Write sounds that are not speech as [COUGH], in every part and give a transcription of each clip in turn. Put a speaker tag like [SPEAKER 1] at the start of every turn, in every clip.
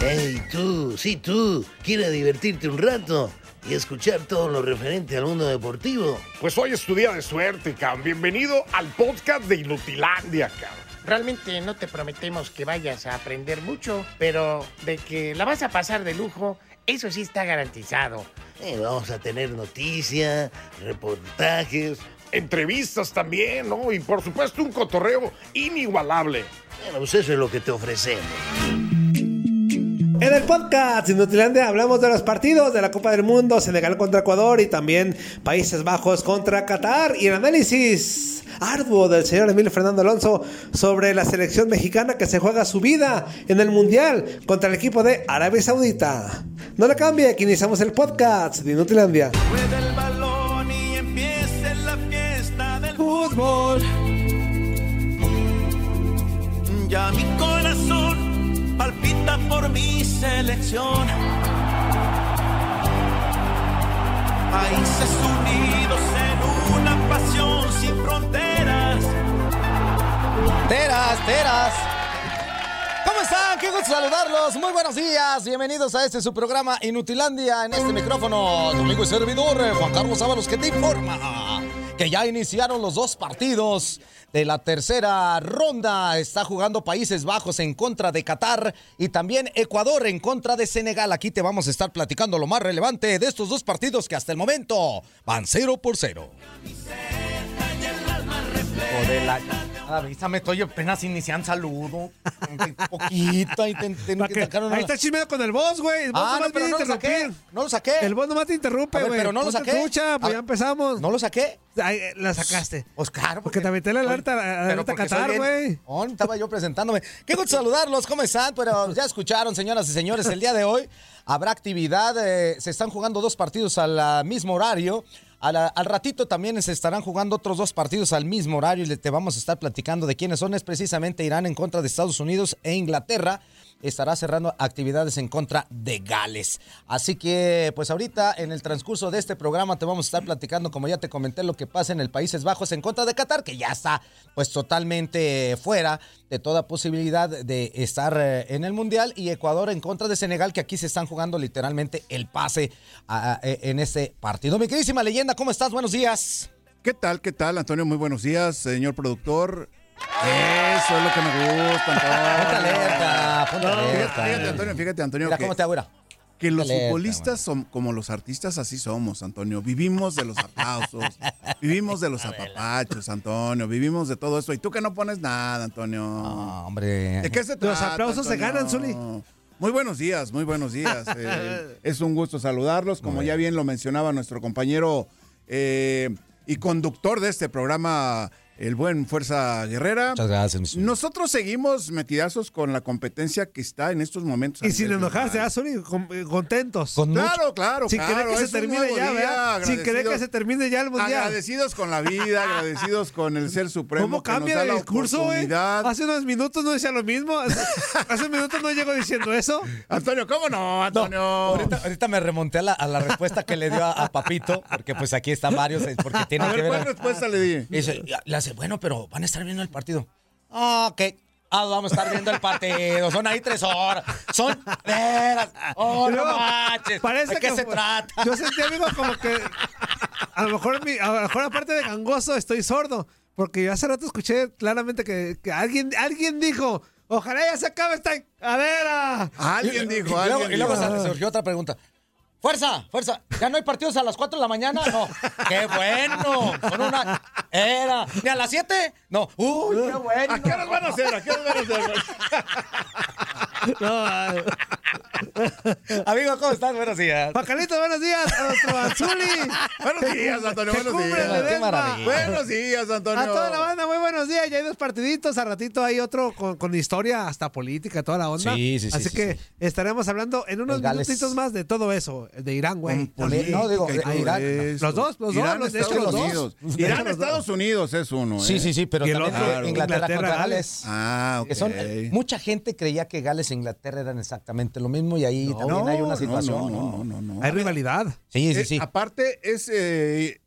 [SPEAKER 1] Hey, tú, sí, tú, ¿quieres divertirte un rato y escuchar todo lo referente al mundo deportivo?
[SPEAKER 2] Pues hoy es tu día de suerte, cabrón. Bienvenido al podcast de Inutilandia, cabrón.
[SPEAKER 3] Realmente no te prometemos que vayas a aprender mucho, pero de que la vas a pasar de lujo, eso sí está garantizado.
[SPEAKER 1] Eh, vamos a tener noticias, reportajes.
[SPEAKER 2] Entrevistas también, ¿no? Y por supuesto un cotorreo inigualable.
[SPEAKER 1] Bueno, pues eso es lo que te ofrecemos.
[SPEAKER 4] En el podcast Inutilandia hablamos de los partidos de la Copa del Mundo, Senegal contra Ecuador y también Países Bajos contra Qatar. Y el análisis arduo del señor Emilio Fernando Alonso sobre la selección mexicana que se juega su vida en el Mundial contra el equipo de Arabia Saudita. No le cambie, que iniciamos el podcast de Inutilandia.
[SPEAKER 5] Rueda el balón y empiece la fiesta del
[SPEAKER 4] Fútbol.
[SPEAKER 5] Ya mi corazón palpita por mi selección. Países unidos en una pasión sin fronteras.
[SPEAKER 6] Teras, teras. ¿Cómo están? Qué gusto saludarlos. Muy buenos días. Bienvenidos a este su programa Inutilandia. En este micrófono, tu amigo y servidor, eh, Juan Carlos Ábalos, que te informa que ya iniciaron los dos partidos de la tercera ronda. Está jugando Países Bajos en contra de Qatar y también Ecuador en contra de Senegal. Aquí te vamos a estar platicando lo más relevante de estos dos partidos que hasta el momento van cero por cero. Hijo de la- Avísame, estoy apenas iniciando saludo. Poquita y ten- tengo que sacar una-
[SPEAKER 4] Ahí está chismeado con el boss, güey. El boss
[SPEAKER 6] Ah,
[SPEAKER 4] nomás
[SPEAKER 6] no, pero no
[SPEAKER 4] viene a
[SPEAKER 6] lo saqué.
[SPEAKER 4] interrumpir.
[SPEAKER 6] No lo saqué.
[SPEAKER 4] El boss nomás te
[SPEAKER 6] A
[SPEAKER 4] interrumpe,
[SPEAKER 6] ver,
[SPEAKER 4] güey.
[SPEAKER 6] pero no lo
[SPEAKER 4] Ponte
[SPEAKER 6] saqué.
[SPEAKER 4] trucha, pues
[SPEAKER 6] A-
[SPEAKER 4] ya empezamos.
[SPEAKER 6] No lo saqué.
[SPEAKER 4] Ahí, eh, la sacaste.
[SPEAKER 6] Oscar,
[SPEAKER 4] Porque te aventé la alerta- la
[SPEAKER 6] Pero
[SPEAKER 4] alerta
[SPEAKER 6] porque
[SPEAKER 4] Qatar,
[SPEAKER 6] soy bien-
[SPEAKER 4] güey.
[SPEAKER 6] Oh, estaba yo presentándome. Qué gusto saludarlos, ¿cómo están? Pero ya escucharon, señoras y señores, el día de hoy habrá actividad. eh, se están jugando dos partidos al ah, mismo horario. A la- al ratito también se estarán jugando otros dos partidos al mismo horario y le- te vamos a estar platicando de quiénes son. Es precisamente Irán en contra de Estados Unidos e Inglaterra estará cerrando actividades en contra de Gales. Así que, pues ahorita en el transcurso de este programa te vamos a estar platicando, como ya te comenté, lo que pasa en el Países Bajos en contra de Qatar, que ya está pues totalmente fuera de toda posibilidad de estar eh, en el Mundial, y Ecuador en contra de Senegal, que aquí se están jugando literalmente el pase ah, eh, en este partido. Mi queridísima leyenda, ¿cómo estás? Buenos días.
[SPEAKER 7] ¿Qué tal, qué tal, Antonio? Muy buenos días, señor productor. Eso es lo que me gusta,
[SPEAKER 6] Ponte
[SPEAKER 7] Antonio.
[SPEAKER 6] alerta, ponte
[SPEAKER 7] No, fíjate, fíjate,
[SPEAKER 6] alerta.
[SPEAKER 7] Antonio, fíjate, Antonio.
[SPEAKER 6] Mira
[SPEAKER 7] que,
[SPEAKER 6] cómo te ahora.
[SPEAKER 7] que los
[SPEAKER 6] alerta,
[SPEAKER 7] futbolistas son como los artistas, así somos, Antonio. Vivimos de los aplausos,
[SPEAKER 6] [LAUGHS]
[SPEAKER 7] vivimos de los apapachos, Antonio. Vivimos de todo eso. Y tú que no pones nada, Antonio.
[SPEAKER 6] No, hombre.
[SPEAKER 7] ¿De qué se trata,
[SPEAKER 4] aplausos se ganan, Zuli.
[SPEAKER 7] Muy buenos días, muy
[SPEAKER 4] [LAUGHS]
[SPEAKER 7] buenos días. Eh, es un gusto saludarlos. Como ya bien lo mencionaba nuestro compañero eh, y conductor de este programa, el buen Fuerza Guerrera.
[SPEAKER 6] Muchas gracias, mi señor.
[SPEAKER 7] Nosotros seguimos metidazos con la competencia que está en estos momentos.
[SPEAKER 4] Y si
[SPEAKER 7] le
[SPEAKER 4] nos enojaste, ah, Zuli, con- eh, contentos.
[SPEAKER 6] Con mucho-
[SPEAKER 7] Claro, claro,
[SPEAKER 4] Sin
[SPEAKER 7] claro.
[SPEAKER 4] querer que
[SPEAKER 7] es
[SPEAKER 4] se
[SPEAKER 7] un
[SPEAKER 4] termine
[SPEAKER 7] nuevo
[SPEAKER 4] ya,
[SPEAKER 7] día,
[SPEAKER 4] ¿verdad? Sin querer que
[SPEAKER 7] agradecidos-
[SPEAKER 4] se termine ya el mundial.
[SPEAKER 7] Agradecidos con la vida, agradecidos con el ser supremo.
[SPEAKER 4] ¿Cómo
[SPEAKER 7] que nos
[SPEAKER 4] cambia
[SPEAKER 7] da
[SPEAKER 4] el
[SPEAKER 7] la
[SPEAKER 4] discurso, güey?
[SPEAKER 7] oportunidad.
[SPEAKER 4] Hace unos minutos no decía lo mismo.
[SPEAKER 7] [LAUGHS]
[SPEAKER 4] Hace, hace minutos no llego diciendo eso.
[SPEAKER 7] Antonio, ¿cómo no,
[SPEAKER 6] No,
[SPEAKER 7] Antonio?
[SPEAKER 6] ahorita, ahorita me remonté a la, a la respuesta que le dio a, a Papito, porque pues aquí están varios, eh,
[SPEAKER 7] [LAUGHS]
[SPEAKER 6] porque tiene
[SPEAKER 7] A
[SPEAKER 6] que
[SPEAKER 7] ver, ¿cuál
[SPEAKER 6] ver.
[SPEAKER 7] respuesta le di?
[SPEAKER 6] Y dice, y le hace, bueno, pero van a estar viendo el partido. Ah, ok. Ah, vamos a estar viendo el partido. Son ahí tres horas. Son veras.
[SPEAKER 4] Y
[SPEAKER 6] Oh, no
[SPEAKER 4] luego,
[SPEAKER 6] manches. ¿De qué se
[SPEAKER 4] fue-
[SPEAKER 6] trata?
[SPEAKER 4] Yo sentí, amigo, como que a lo mejor, mi- a lo mejor aparte de gangoso, estoy sordo. Porque yo hace rato escuché claramente que, que alguien, alguien dijo, ojalá ya se acabe esta ah". cadera.
[SPEAKER 7] Alguien
[SPEAKER 6] Y
[SPEAKER 7] dijo,
[SPEAKER 6] luego,
[SPEAKER 7] alguien
[SPEAKER 6] y luego
[SPEAKER 7] dijo.
[SPEAKER 6] sale- surgió otra pregunta. Fuerza, fuerza. ¿Ya no hay partidos a las 4 de la mañana?
[SPEAKER 7] [LAUGHS]
[SPEAKER 6] No. ¡Qué bueno! Con una. Era. ¿Ni a las 7? No. ¡Uy, qué bueno! [LAUGHS]
[SPEAKER 7] ¿A qué horas van a hacer? ¿A qué horas van a hacer?
[SPEAKER 4] No, eh,
[SPEAKER 6] Amigo, ¿cómo estás? Buenos días.
[SPEAKER 4] Bacalito, buenos días a nuestro Azuli.
[SPEAKER 7] Buenos días, Antonio.
[SPEAKER 4] Se
[SPEAKER 7] Buenos
[SPEAKER 4] cubre
[SPEAKER 7] días.
[SPEAKER 4] el Ledesma.
[SPEAKER 6] Qué maravilla.
[SPEAKER 7] Buenos días, Antonio.
[SPEAKER 4] A toda la banda, muy buenos días. Ya hay dos partiditos, a ratito hay otro con, con historia, hasta política, toda la onda.
[SPEAKER 6] Sí, sí, sí,
[SPEAKER 4] Así
[SPEAKER 6] sí,
[SPEAKER 4] que
[SPEAKER 6] sí.
[SPEAKER 4] estaremos hablando en unos
[SPEAKER 6] El Gales.
[SPEAKER 4] minutitos más de todo eso, de Irán, güey.
[SPEAKER 7] Con
[SPEAKER 4] También.
[SPEAKER 6] No, digo,
[SPEAKER 7] política y todo
[SPEAKER 6] de Irán.
[SPEAKER 7] eso.
[SPEAKER 4] Los dos, los dos,
[SPEAKER 7] Pues, Irán,
[SPEAKER 4] los- de hecho,
[SPEAKER 7] Estados
[SPEAKER 4] los dos.
[SPEAKER 7] Unidos.
[SPEAKER 4] De hecho,
[SPEAKER 7] Irán,
[SPEAKER 4] los
[SPEAKER 7] Estados Unidos es uno.
[SPEAKER 6] Sí,
[SPEAKER 7] ¿eh?
[SPEAKER 6] sí, sí, pero
[SPEAKER 4] Y el
[SPEAKER 6] también
[SPEAKER 4] otro,
[SPEAKER 6] fue Inglaterra,
[SPEAKER 4] Inglaterra,
[SPEAKER 6] contra
[SPEAKER 4] Gales.
[SPEAKER 6] Gales.
[SPEAKER 7] Ah, ok.
[SPEAKER 6] Que son- mucha gente creía que Gales e Inglaterra eran exactamente lo mismo y ahí también hay una situación.
[SPEAKER 7] No, no, no, no. no.
[SPEAKER 4] Hay rivalidad.
[SPEAKER 6] Sí, sí,
[SPEAKER 7] Eh,
[SPEAKER 6] sí.
[SPEAKER 7] aparte, es. eh,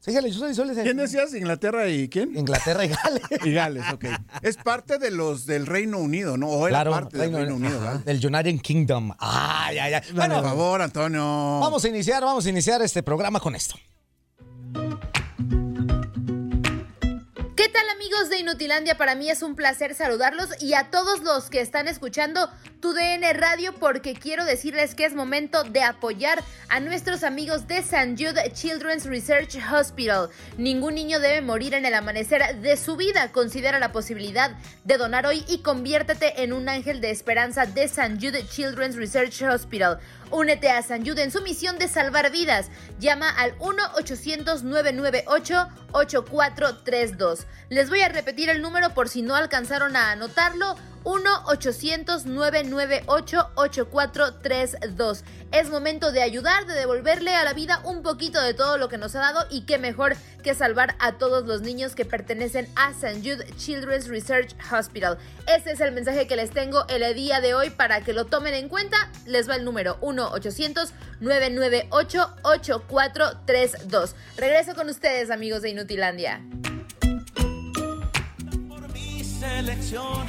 [SPEAKER 6] Síguele, yo soy- suele ser-
[SPEAKER 7] ¿Quién decías? ¿Inglaterra y quién?
[SPEAKER 6] Inglaterra y Gales.
[SPEAKER 7] [LAUGHS] Y Gales, ok. Es parte de los del Reino Unido, ¿no? O era parte del Reino Unido,
[SPEAKER 6] ajá,
[SPEAKER 7] Gales.
[SPEAKER 6] Del United Kingdom. Ay, ay, ay. Bueno,
[SPEAKER 7] Por favor, Antonio.
[SPEAKER 6] vamos a iniciar, vamos a iniciar este programa con esto.
[SPEAKER 8] ¿Qué tal amigos de Inutilandia? Para mí es un placer saludarlos y a todos los que están escuchando tu DN Radio porque quiero decirles que es momento de apoyar a nuestros amigos de St. Jude Children's Research Hospital. Ningún niño debe morir en el amanecer de su vida. Considera la posibilidad de donar hoy y conviértete en un ángel de esperanza de St. Jude Children's Research Hospital. Únete a San Jude en su misión de salvar vidas. Llama al 1-800-998-8432. Les voy a repetir el número por si no alcanzaron a anotarlo. 1-800-998-8432. Es momento de ayudar, de devolverle a la vida un poquito de todo lo que nos ha dado y qué mejor que salvar a todos los niños que pertenecen a St. Jude Children's Research Hospital. Ese es el mensaje que les tengo el día de hoy para que lo tomen en cuenta. Les va el número 1-800-998-8432. Regreso con ustedes, amigos de Inutilandia.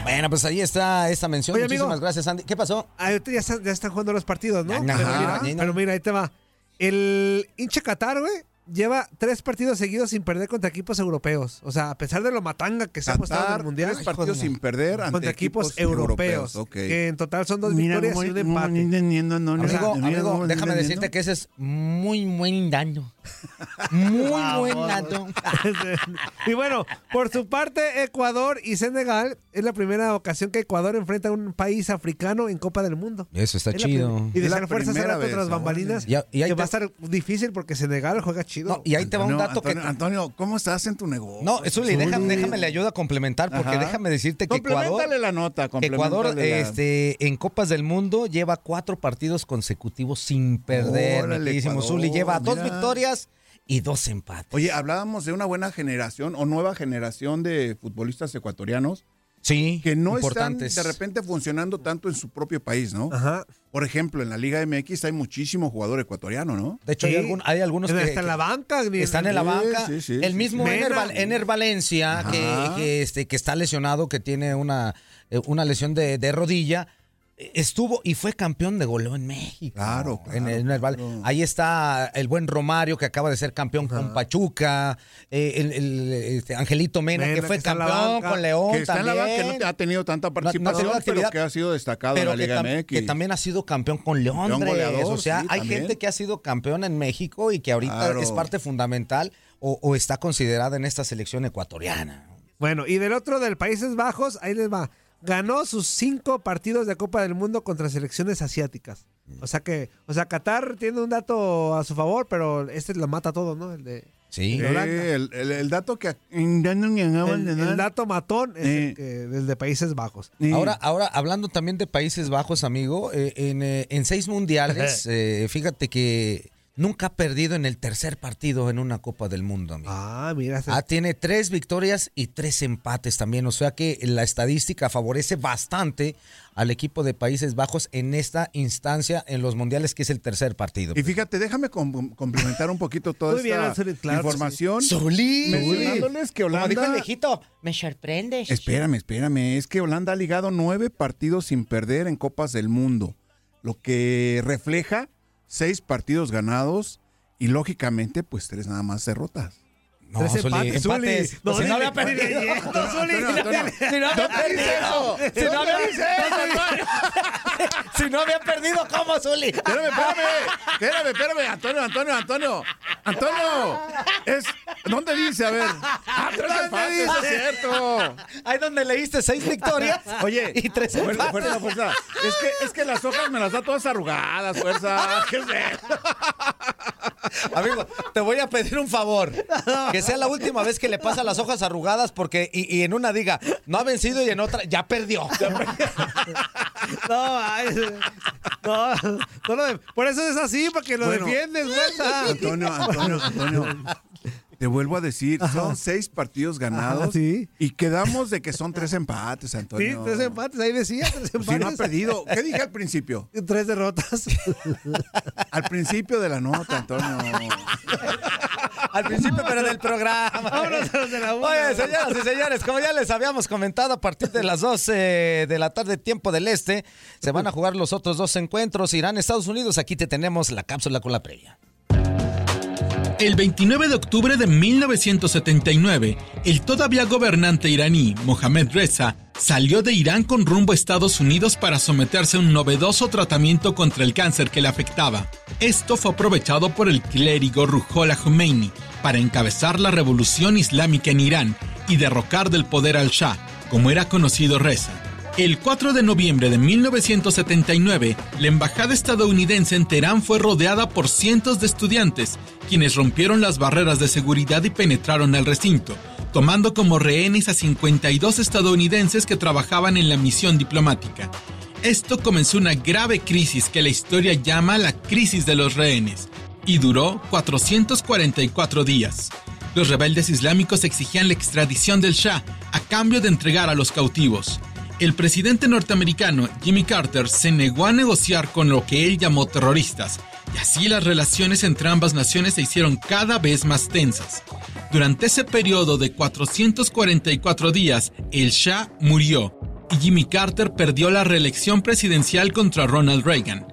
[SPEAKER 6] Bueno, pues ahí está esta mención.
[SPEAKER 4] Oye,
[SPEAKER 6] Muchísimas
[SPEAKER 4] amigo.
[SPEAKER 6] gracias, Andy. ¿Qué pasó?
[SPEAKER 4] Ah, ahorita ya están, ya están jugando los partidos, ¿no?
[SPEAKER 6] Ajá.
[SPEAKER 4] Pero mira,
[SPEAKER 6] Ajá.
[SPEAKER 4] pero mira, ahí te va. El hincha Qatar, güey, lleva tres partidos seguidos sin perder contra equipos europeos. O sea, a pesar de lo matanga que se ha mostrado en el
[SPEAKER 7] Qatar,
[SPEAKER 4] Mundial.
[SPEAKER 7] tres partidos
[SPEAKER 4] hijo [LAUGHS] de-
[SPEAKER 7] sin perder ante
[SPEAKER 4] contra equipos, europeos.
[SPEAKER 7] ok.
[SPEAKER 4] Que en total son dos
[SPEAKER 7] Mira,
[SPEAKER 4] victorias
[SPEAKER 7] no,
[SPEAKER 4] y un
[SPEAKER 7] no,
[SPEAKER 4] empate.
[SPEAKER 7] no, entendiendo, no, no,
[SPEAKER 6] Amigo,
[SPEAKER 7] no, no,
[SPEAKER 6] amigo,
[SPEAKER 7] no,
[SPEAKER 6] déjame
[SPEAKER 7] no,
[SPEAKER 6] decirte
[SPEAKER 7] no.
[SPEAKER 6] que ese es muy buen daño. Muy buen daño.
[SPEAKER 4] [LAUGHS] y bueno, por su parte, Ecuador y Senegal es la primera ocasión que Ecuador enfrenta a un país africano en Copa del Mundo.
[SPEAKER 6] Eso está
[SPEAKER 4] Es la prim- Y
[SPEAKER 7] Es
[SPEAKER 4] de
[SPEAKER 7] la
[SPEAKER 4] ser fuerzas
[SPEAKER 7] primera
[SPEAKER 4] ahora
[SPEAKER 7] vez,
[SPEAKER 4] contra las
[SPEAKER 7] ¿no?
[SPEAKER 4] bambalinas.
[SPEAKER 6] Y- y ahí
[SPEAKER 4] que va a
[SPEAKER 6] te-
[SPEAKER 4] estar difícil porque Senegal juega chido.
[SPEAKER 6] No, y ahí te va un
[SPEAKER 7] Antonio,
[SPEAKER 6] dato
[SPEAKER 7] Antonio,
[SPEAKER 6] que...
[SPEAKER 7] Antonio, ¿cómo estás en tu negocio?
[SPEAKER 6] No, Zuli, déjame, déjame le ayudo a complementar porque
[SPEAKER 7] Ajá.
[SPEAKER 6] déjame decirte que Ecuador...
[SPEAKER 7] Complementale la nota.
[SPEAKER 6] Ecuador
[SPEAKER 7] complementale la-
[SPEAKER 6] este, en Copas del Mundo lleva cuatro partidos consecutivos sin perder. mi
[SPEAKER 7] Órale,
[SPEAKER 6] queridísimo
[SPEAKER 7] Ecuador,
[SPEAKER 6] Zuli lleva dos
[SPEAKER 7] mira.
[SPEAKER 6] victorias y dos empates.
[SPEAKER 7] Oye, hablábamos de una buena generación o nueva generación de futbolistas ecuatorianos
[SPEAKER 6] sí,
[SPEAKER 7] que no están
[SPEAKER 6] importantes.
[SPEAKER 7] de repente funcionando tanto en su propio país, ¿no?
[SPEAKER 4] Ajá.
[SPEAKER 7] Por ejemplo, en la Liga MX hay muchísimo jugador ecuatoriano, ¿no?
[SPEAKER 6] De hecho, hay,
[SPEAKER 4] Sí.
[SPEAKER 6] algún- hay algunos
[SPEAKER 4] Pero
[SPEAKER 6] que,
[SPEAKER 4] está en
[SPEAKER 6] que
[SPEAKER 4] la banca. ni-
[SPEAKER 6] están en la
[SPEAKER 7] Sí,
[SPEAKER 6] banca.
[SPEAKER 7] sí, sí,
[SPEAKER 6] el
[SPEAKER 7] sí,
[SPEAKER 6] mismo
[SPEAKER 4] sí.
[SPEAKER 6] Ener,
[SPEAKER 4] Mena.
[SPEAKER 6] Val- Ener Valencia,
[SPEAKER 7] Ajá.
[SPEAKER 6] que, que, este, que está lesionado, que tiene una, eh, una lesión de, de rodilla, eh, estuvo y fue campeón de goleo en México.
[SPEAKER 7] Claro, claro,
[SPEAKER 6] En el- en el Val-
[SPEAKER 7] claro.
[SPEAKER 6] Ahí está el buen Romario, que acaba de ser campeón con Pachuca, eh, el, el, este, Angelito Mena,
[SPEAKER 4] Mena,
[SPEAKER 6] que fue
[SPEAKER 4] que está en la
[SPEAKER 6] campeón
[SPEAKER 4] banca.
[SPEAKER 6] con León
[SPEAKER 7] que está en la banca,
[SPEAKER 6] también.
[SPEAKER 7] que no ha tenido tanta
[SPEAKER 6] No- no ha tenido
[SPEAKER 7] participación, pero
[SPEAKER 6] actividad,
[SPEAKER 7] que ha sido destacado
[SPEAKER 6] pero
[SPEAKER 7] en la
[SPEAKER 6] que,
[SPEAKER 7] Liga
[SPEAKER 6] tam-
[SPEAKER 7] MX.
[SPEAKER 6] que también ha sido campeón con León.
[SPEAKER 7] Campeón goleador,
[SPEAKER 6] o sea,
[SPEAKER 7] sí,
[SPEAKER 6] hay
[SPEAKER 7] también.
[SPEAKER 6] gente que ha sido campeón en México y que ahorita
[SPEAKER 7] Claro.
[SPEAKER 6] es parte fundamental o, o está considerada en esta selección ecuatoriana.
[SPEAKER 4] Bueno, y del otro del Países Bajos, ahí les va. Ganó sus cinco partidos de Copa del Mundo contra selecciones asiáticas. O sea que, o sea, Qatar tiene un dato a su favor, pero este lo mata todo, ¿no? El de
[SPEAKER 6] Sí.
[SPEAKER 7] Sí,
[SPEAKER 4] Holanda.
[SPEAKER 7] el, el- el dato que el,
[SPEAKER 4] el, el dato matón es
[SPEAKER 7] Eh.
[SPEAKER 4] el, que- el de Países Bajos.
[SPEAKER 6] Ahora, ahora, hablando también de Países Bajos, amigo, eh, en, eh, en seis mundiales,
[SPEAKER 7] [LAUGHS]
[SPEAKER 6] eh, fíjate que nunca ha perdido en el tercer partido en una Copa del Mundo, amigo.
[SPEAKER 4] Ah, mira. se-
[SPEAKER 6] Ah, tiene tres victorias y tres empates también. O sea que la estadística favorece bastante al equipo de Países Bajos en esta instancia en los mundiales, que es el tercer partido.
[SPEAKER 7] Y fíjate, déjame com- complementar un poquito toda
[SPEAKER 4] Muy bien,
[SPEAKER 7] esta
[SPEAKER 4] Anthony, claro,
[SPEAKER 7] información.
[SPEAKER 6] Solí.
[SPEAKER 7] Mencionándoles que
[SPEAKER 6] Como dijo el
[SPEAKER 7] Holanda.
[SPEAKER 6] viejito.
[SPEAKER 3] Me sorprendes.
[SPEAKER 7] Espérame, espérame. Es que Holanda ha ligado nueve partidos sin perder en Copas del Mundo, lo que refleja seis partidos ganados y lógicamente, pues tres nada más derrotas.
[SPEAKER 6] No,
[SPEAKER 4] Tres
[SPEAKER 6] Solí,
[SPEAKER 4] empates, Zuli.
[SPEAKER 6] empates.
[SPEAKER 4] No,
[SPEAKER 6] si no
[SPEAKER 4] dile-
[SPEAKER 6] había perdido.
[SPEAKER 4] dile-
[SPEAKER 6] No,
[SPEAKER 4] Zuli,
[SPEAKER 6] no, no,
[SPEAKER 4] dile-
[SPEAKER 6] no. Si no había perdido. Si no había- Si no había perdido, ¿cómo, Zuli?
[SPEAKER 7] Espérame, espérame, espérame, espérame, Antonio, Antonio, Antonio, Antonio, es ¿Dónde dice? A
[SPEAKER 6] [LAUGHS]
[SPEAKER 7] ver. ¿Dónde dice? Ah, Es cierto.
[SPEAKER 6] Ahí donde leíste seis victorias.
[SPEAKER 7] [LAUGHS] Oye,
[SPEAKER 6] y tres
[SPEAKER 7] fuerza,
[SPEAKER 6] empates.
[SPEAKER 7] fuerza, fuerza. Es que, es que las hojas me las da todas arrugadas,
[SPEAKER 6] [LAUGHS]
[SPEAKER 7] fuerza. ¿Qué es eso?
[SPEAKER 6] Amigo, te voy a pedir
[SPEAKER 4] [LAUGHS]
[SPEAKER 6] un favor. Que sea la última vez que le pasa las hojas arrugadas porque y, y en una diga, no ha vencido y en otra,
[SPEAKER 4] [LAUGHS]
[SPEAKER 6] ya perdió.
[SPEAKER 4] No, ay, no, no lo de- por eso es así, para que lo
[SPEAKER 7] Bueno.
[SPEAKER 4] defiendes, fuerza.
[SPEAKER 7] Antonio, Antonio, Antonio. Te vuelvo a decir, son seis partidos ganados
[SPEAKER 4] Ajá, sí.
[SPEAKER 7] y quedamos de que son tres empates,
[SPEAKER 4] Sí,
[SPEAKER 7] Antonio. Pues,
[SPEAKER 4] tres empates, ahí decía, tres empates.
[SPEAKER 7] Si no ha perdido. ¿Qué dije
[SPEAKER 6] [LAUGHS]
[SPEAKER 7] al principio?
[SPEAKER 4] Tres derrotas.
[SPEAKER 7] [LAUGHS] Al principio de la nota, Antonio.
[SPEAKER 6] Al principio, pero del programa.
[SPEAKER 4] Vámonos a los de la una.
[SPEAKER 6] Oye, señoras y señores, como ya les habíamos comentado, a partir de las 12 de la tarde, tiempo del este, se van a jugar los otros dos encuentros. Irán, Estados Unidos. Aquí te tenemos la cápsula con la previa.
[SPEAKER 9] El 29 de octubre de 1979, el todavía gobernante iraní Mohamed Reza salió de Irán con rumbo a Estados Unidos para someterse a un novedoso tratamiento contra el cáncer que le afectaba. Esto fue aprovechado por el clérigo Ruhollah Khomeini para encabezar la revolución islámica en Irán y derrocar del poder al Shah, como era conocido Reza. El 4 de noviembre de 1979, la embajada estadounidense en Teherán fue rodeada por cientos de estudiantes, quienes rompieron las barreras de seguridad y penetraron al recinto, tomando como rehenes a 52 estadounidenses que trabajaban en la misión diplomática. Esto comenzó una grave crisis que la historia llama la crisis de los rehenes, y duró 444 días. Los rebeldes islámicos exigían la extradición del Shah a cambio de entregar a los cautivos. El presidente norteamericano Jimmy Carter se negó a negociar con lo que él llamó terroristas, y así las relaciones entre ambas naciones se hicieron cada vez más tensas. Durante ese periodo de 444 días, el Shah murió y Jimmy Carter perdió la reelección presidencial contra Ronald Reagan.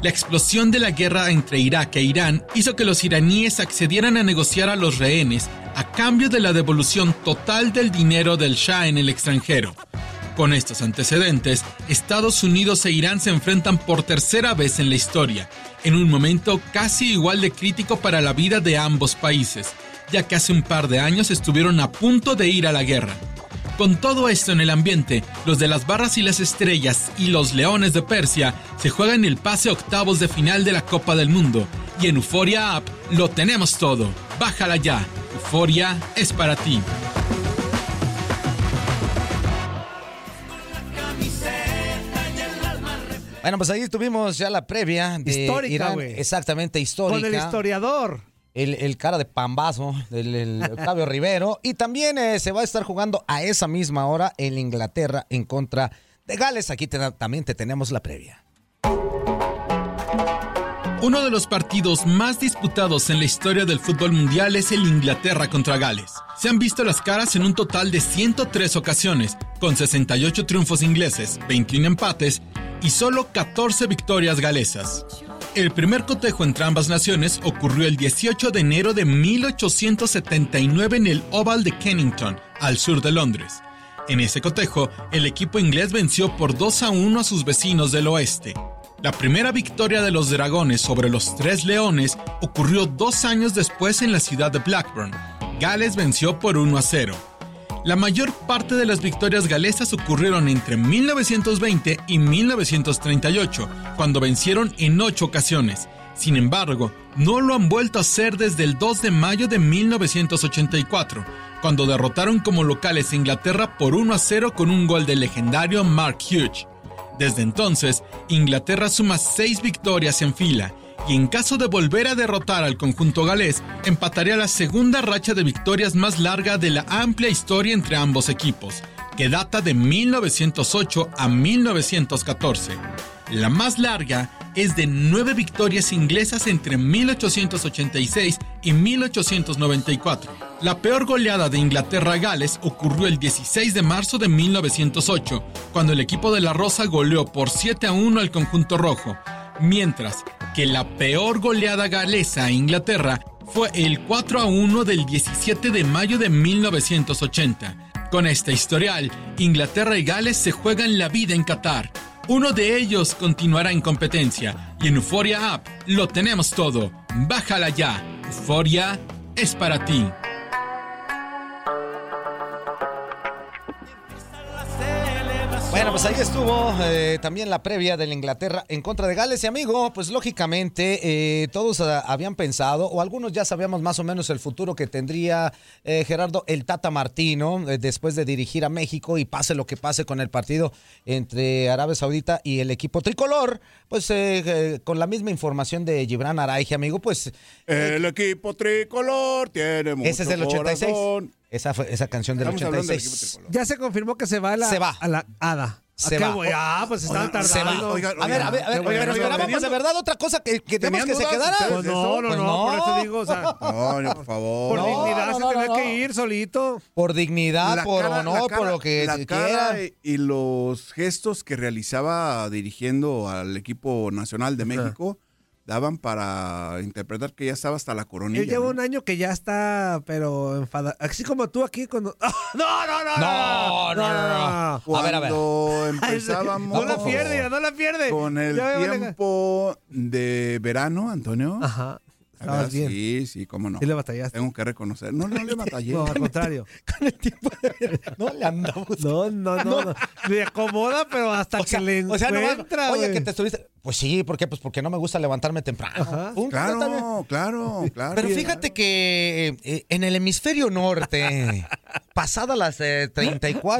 [SPEAKER 9] La explosión de la guerra entre Irak e Irán hizo que los iraníes accedieran a negociar a los rehenes a cambio de la devolución total del dinero del Shah en el extranjero. Con estos antecedentes, Estados Unidos e Irán se enfrentan por tercera vez en la historia, en un momento casi igual de crítico para la vida de ambos países, ya que hace un par de años estuvieron a punto de ir a la guerra. Con todo esto en el ambiente, los de las barras y las estrellas y los leones de Persia se juegan el pase a octavos de final de la Copa del Mundo. Y en Euforia App lo tenemos todo. Bájala ya. Euforia es para ti.
[SPEAKER 6] Bueno, pues ahí tuvimos ya la previa. De
[SPEAKER 4] Histórica,
[SPEAKER 6] Irán.
[SPEAKER 4] güey.
[SPEAKER 6] Exactamente, histórica.
[SPEAKER 4] Con el historiador.
[SPEAKER 6] el, el cara de pambazo del el Octavio Rivero. Y también eh, se va a estar jugando a esa misma hora en Inglaterra en contra de Gales. Aquí te- también te tenemos la previa.
[SPEAKER 9] Uno de los partidos más disputados en la historia del fútbol mundial es el Inglaterra contra Gales. Se han visto las caras en un total de 103 ocasiones, con 68 triunfos ingleses, 21 empates y solo 14 victorias galesas. El primer cotejo entre ambas naciones ocurrió el 18 de enero de 1879 en el Oval de Kennington, al sur de Londres. En ese cotejo, el equipo inglés venció por 2 a 1 a sus vecinos del oeste. La primera victoria de los dragones sobre los tres leones ocurrió dos años después en la ciudad de Blackburn. Gales venció por 1 a 0. La mayor parte de las victorias galesas ocurrieron entre 1920 y 1938, cuando vencieron en ocho ocasiones. Sin embargo, no lo han vuelto a hacer desde el 2 de mayo de 1984, cuando derrotaron como locales a Inglaterra por 1 a 0 con un gol del legendario Mark Hughes. Desde entonces, Inglaterra suma seis victorias en fila y en caso de volver a derrotar al conjunto galés, empataría la segunda racha de victorias más larga de la amplia historia entre ambos equipos, que data de 1908 a 1914. La más larga es de nueve victorias inglesas entre 1886 y 1894. La peor goleada de Inglaterra a Gales ocurrió el 16 de marzo de 1908, cuando el equipo de la Rosa goleó por 7 a 1 al conjunto rojo, mientras que la peor goleada galesa a Inglaterra fue el 4 a 1 del 17 de mayo de 1980. Con este historial, Inglaterra y Gales se juegan la vida en Qatar. Uno de ellos continuará en competencia y en Euforia App lo tenemos todo. Bájala ya. Euforia es para ti.
[SPEAKER 6] Bueno, pues ahí estuvo eh, también la previa de la Inglaterra en contra de Gales. Y amigo, pues lógicamente eh, todos ah, habían pensado, o algunos ya sabíamos más o menos el futuro que tendría eh, Gerardo el Tata Martino eh, después de dirigir a México y pase lo que pase con el partido entre Arabia Saudita y el equipo tricolor. Pues eh, eh, con la misma información de Gibran Araige, amigo, pues
[SPEAKER 7] El equipo tricolor tiene Eh, mucho
[SPEAKER 6] ese es del 86.
[SPEAKER 7] corazón.
[SPEAKER 6] Esa, fue, esa canción del
[SPEAKER 7] Estamos hablando del equipo
[SPEAKER 6] 86.
[SPEAKER 4] Ya se confirmó que se va a la,
[SPEAKER 6] Se va.
[SPEAKER 4] A la hada.
[SPEAKER 6] Se
[SPEAKER 4] ¿A qué
[SPEAKER 6] va.
[SPEAKER 4] voy? Ah, pues estaban
[SPEAKER 7] Oigan, se
[SPEAKER 4] tardando.
[SPEAKER 7] va. Oigan,
[SPEAKER 6] A ver, a ver, a ver,
[SPEAKER 4] Qué bueno,
[SPEAKER 6] pero
[SPEAKER 4] oigan,
[SPEAKER 6] esperábamos de
[SPEAKER 7] teniendo-
[SPEAKER 6] verdad otra cosa que, que
[SPEAKER 7] ¿Tenían
[SPEAKER 6] tenemos que se
[SPEAKER 7] dudas
[SPEAKER 6] quedara.
[SPEAKER 7] ustedes?
[SPEAKER 4] Pues no, no,
[SPEAKER 6] Pues
[SPEAKER 4] no, por
[SPEAKER 6] no.
[SPEAKER 4] eso digo, o sea,
[SPEAKER 7] No, no, por
[SPEAKER 4] por
[SPEAKER 7] favor.
[SPEAKER 6] No,
[SPEAKER 4] dignidad
[SPEAKER 6] no,
[SPEAKER 4] se
[SPEAKER 6] no,
[SPEAKER 4] tenía
[SPEAKER 6] no,
[SPEAKER 4] que
[SPEAKER 6] no.
[SPEAKER 4] ir solito.
[SPEAKER 6] Por dignidad,
[SPEAKER 7] La
[SPEAKER 6] por
[SPEAKER 7] cara-
[SPEAKER 6] honor,
[SPEAKER 7] la cara-
[SPEAKER 6] por lo que
[SPEAKER 7] la
[SPEAKER 6] se
[SPEAKER 7] cara
[SPEAKER 6] quiera.
[SPEAKER 7] y- y los gestos que realizaba dirigiendo al equipo nacional de México daban para interpretar que ya estaba hasta la coronilla.
[SPEAKER 4] Él lleva
[SPEAKER 7] ¿no?
[SPEAKER 4] un año que ya está, pero enfadado. Así como tú aquí cuando. ¡Ah! [LAUGHS] ¡No, no, no!
[SPEAKER 6] No, no, no, no. A ver, a
[SPEAKER 7] [LAUGHS]
[SPEAKER 6] ver.
[SPEAKER 7] Cuando
[SPEAKER 4] [LAUGHS] Ay, se-
[SPEAKER 7] empezábamos
[SPEAKER 4] No la pierde, ya no la pierde.
[SPEAKER 7] con el
[SPEAKER 4] Ya me van a-
[SPEAKER 7] tiempo de verano, Antonio.
[SPEAKER 4] Ajá.
[SPEAKER 7] la verdad,
[SPEAKER 4] Estabas bien. Sí,
[SPEAKER 7] Sí, sí, cómo no.
[SPEAKER 4] le batallaste.
[SPEAKER 7] Tengo que reconocer. No, no le
[SPEAKER 4] [LAUGHS]
[SPEAKER 7] batallé.
[SPEAKER 4] No, al contrario.
[SPEAKER 6] Con el tiempo de- No le andamos.
[SPEAKER 4] No, no, no. no. Le acomoda, pero hasta
[SPEAKER 6] O sea,
[SPEAKER 4] que le
[SPEAKER 6] o sea,
[SPEAKER 4] encuentra.
[SPEAKER 6] no mames. oye,
[SPEAKER 4] güey.
[SPEAKER 6] que te estuviste. Pues sí, ¿por qué? Pues porque no me gusta levantarme temprano. Punto, está bien.
[SPEAKER 7] Claro, claro, claro.
[SPEAKER 6] Pero fíjate que eh, en el
[SPEAKER 7] [LAUGHS]
[SPEAKER 6] hemisferio norte, pasadas las eh,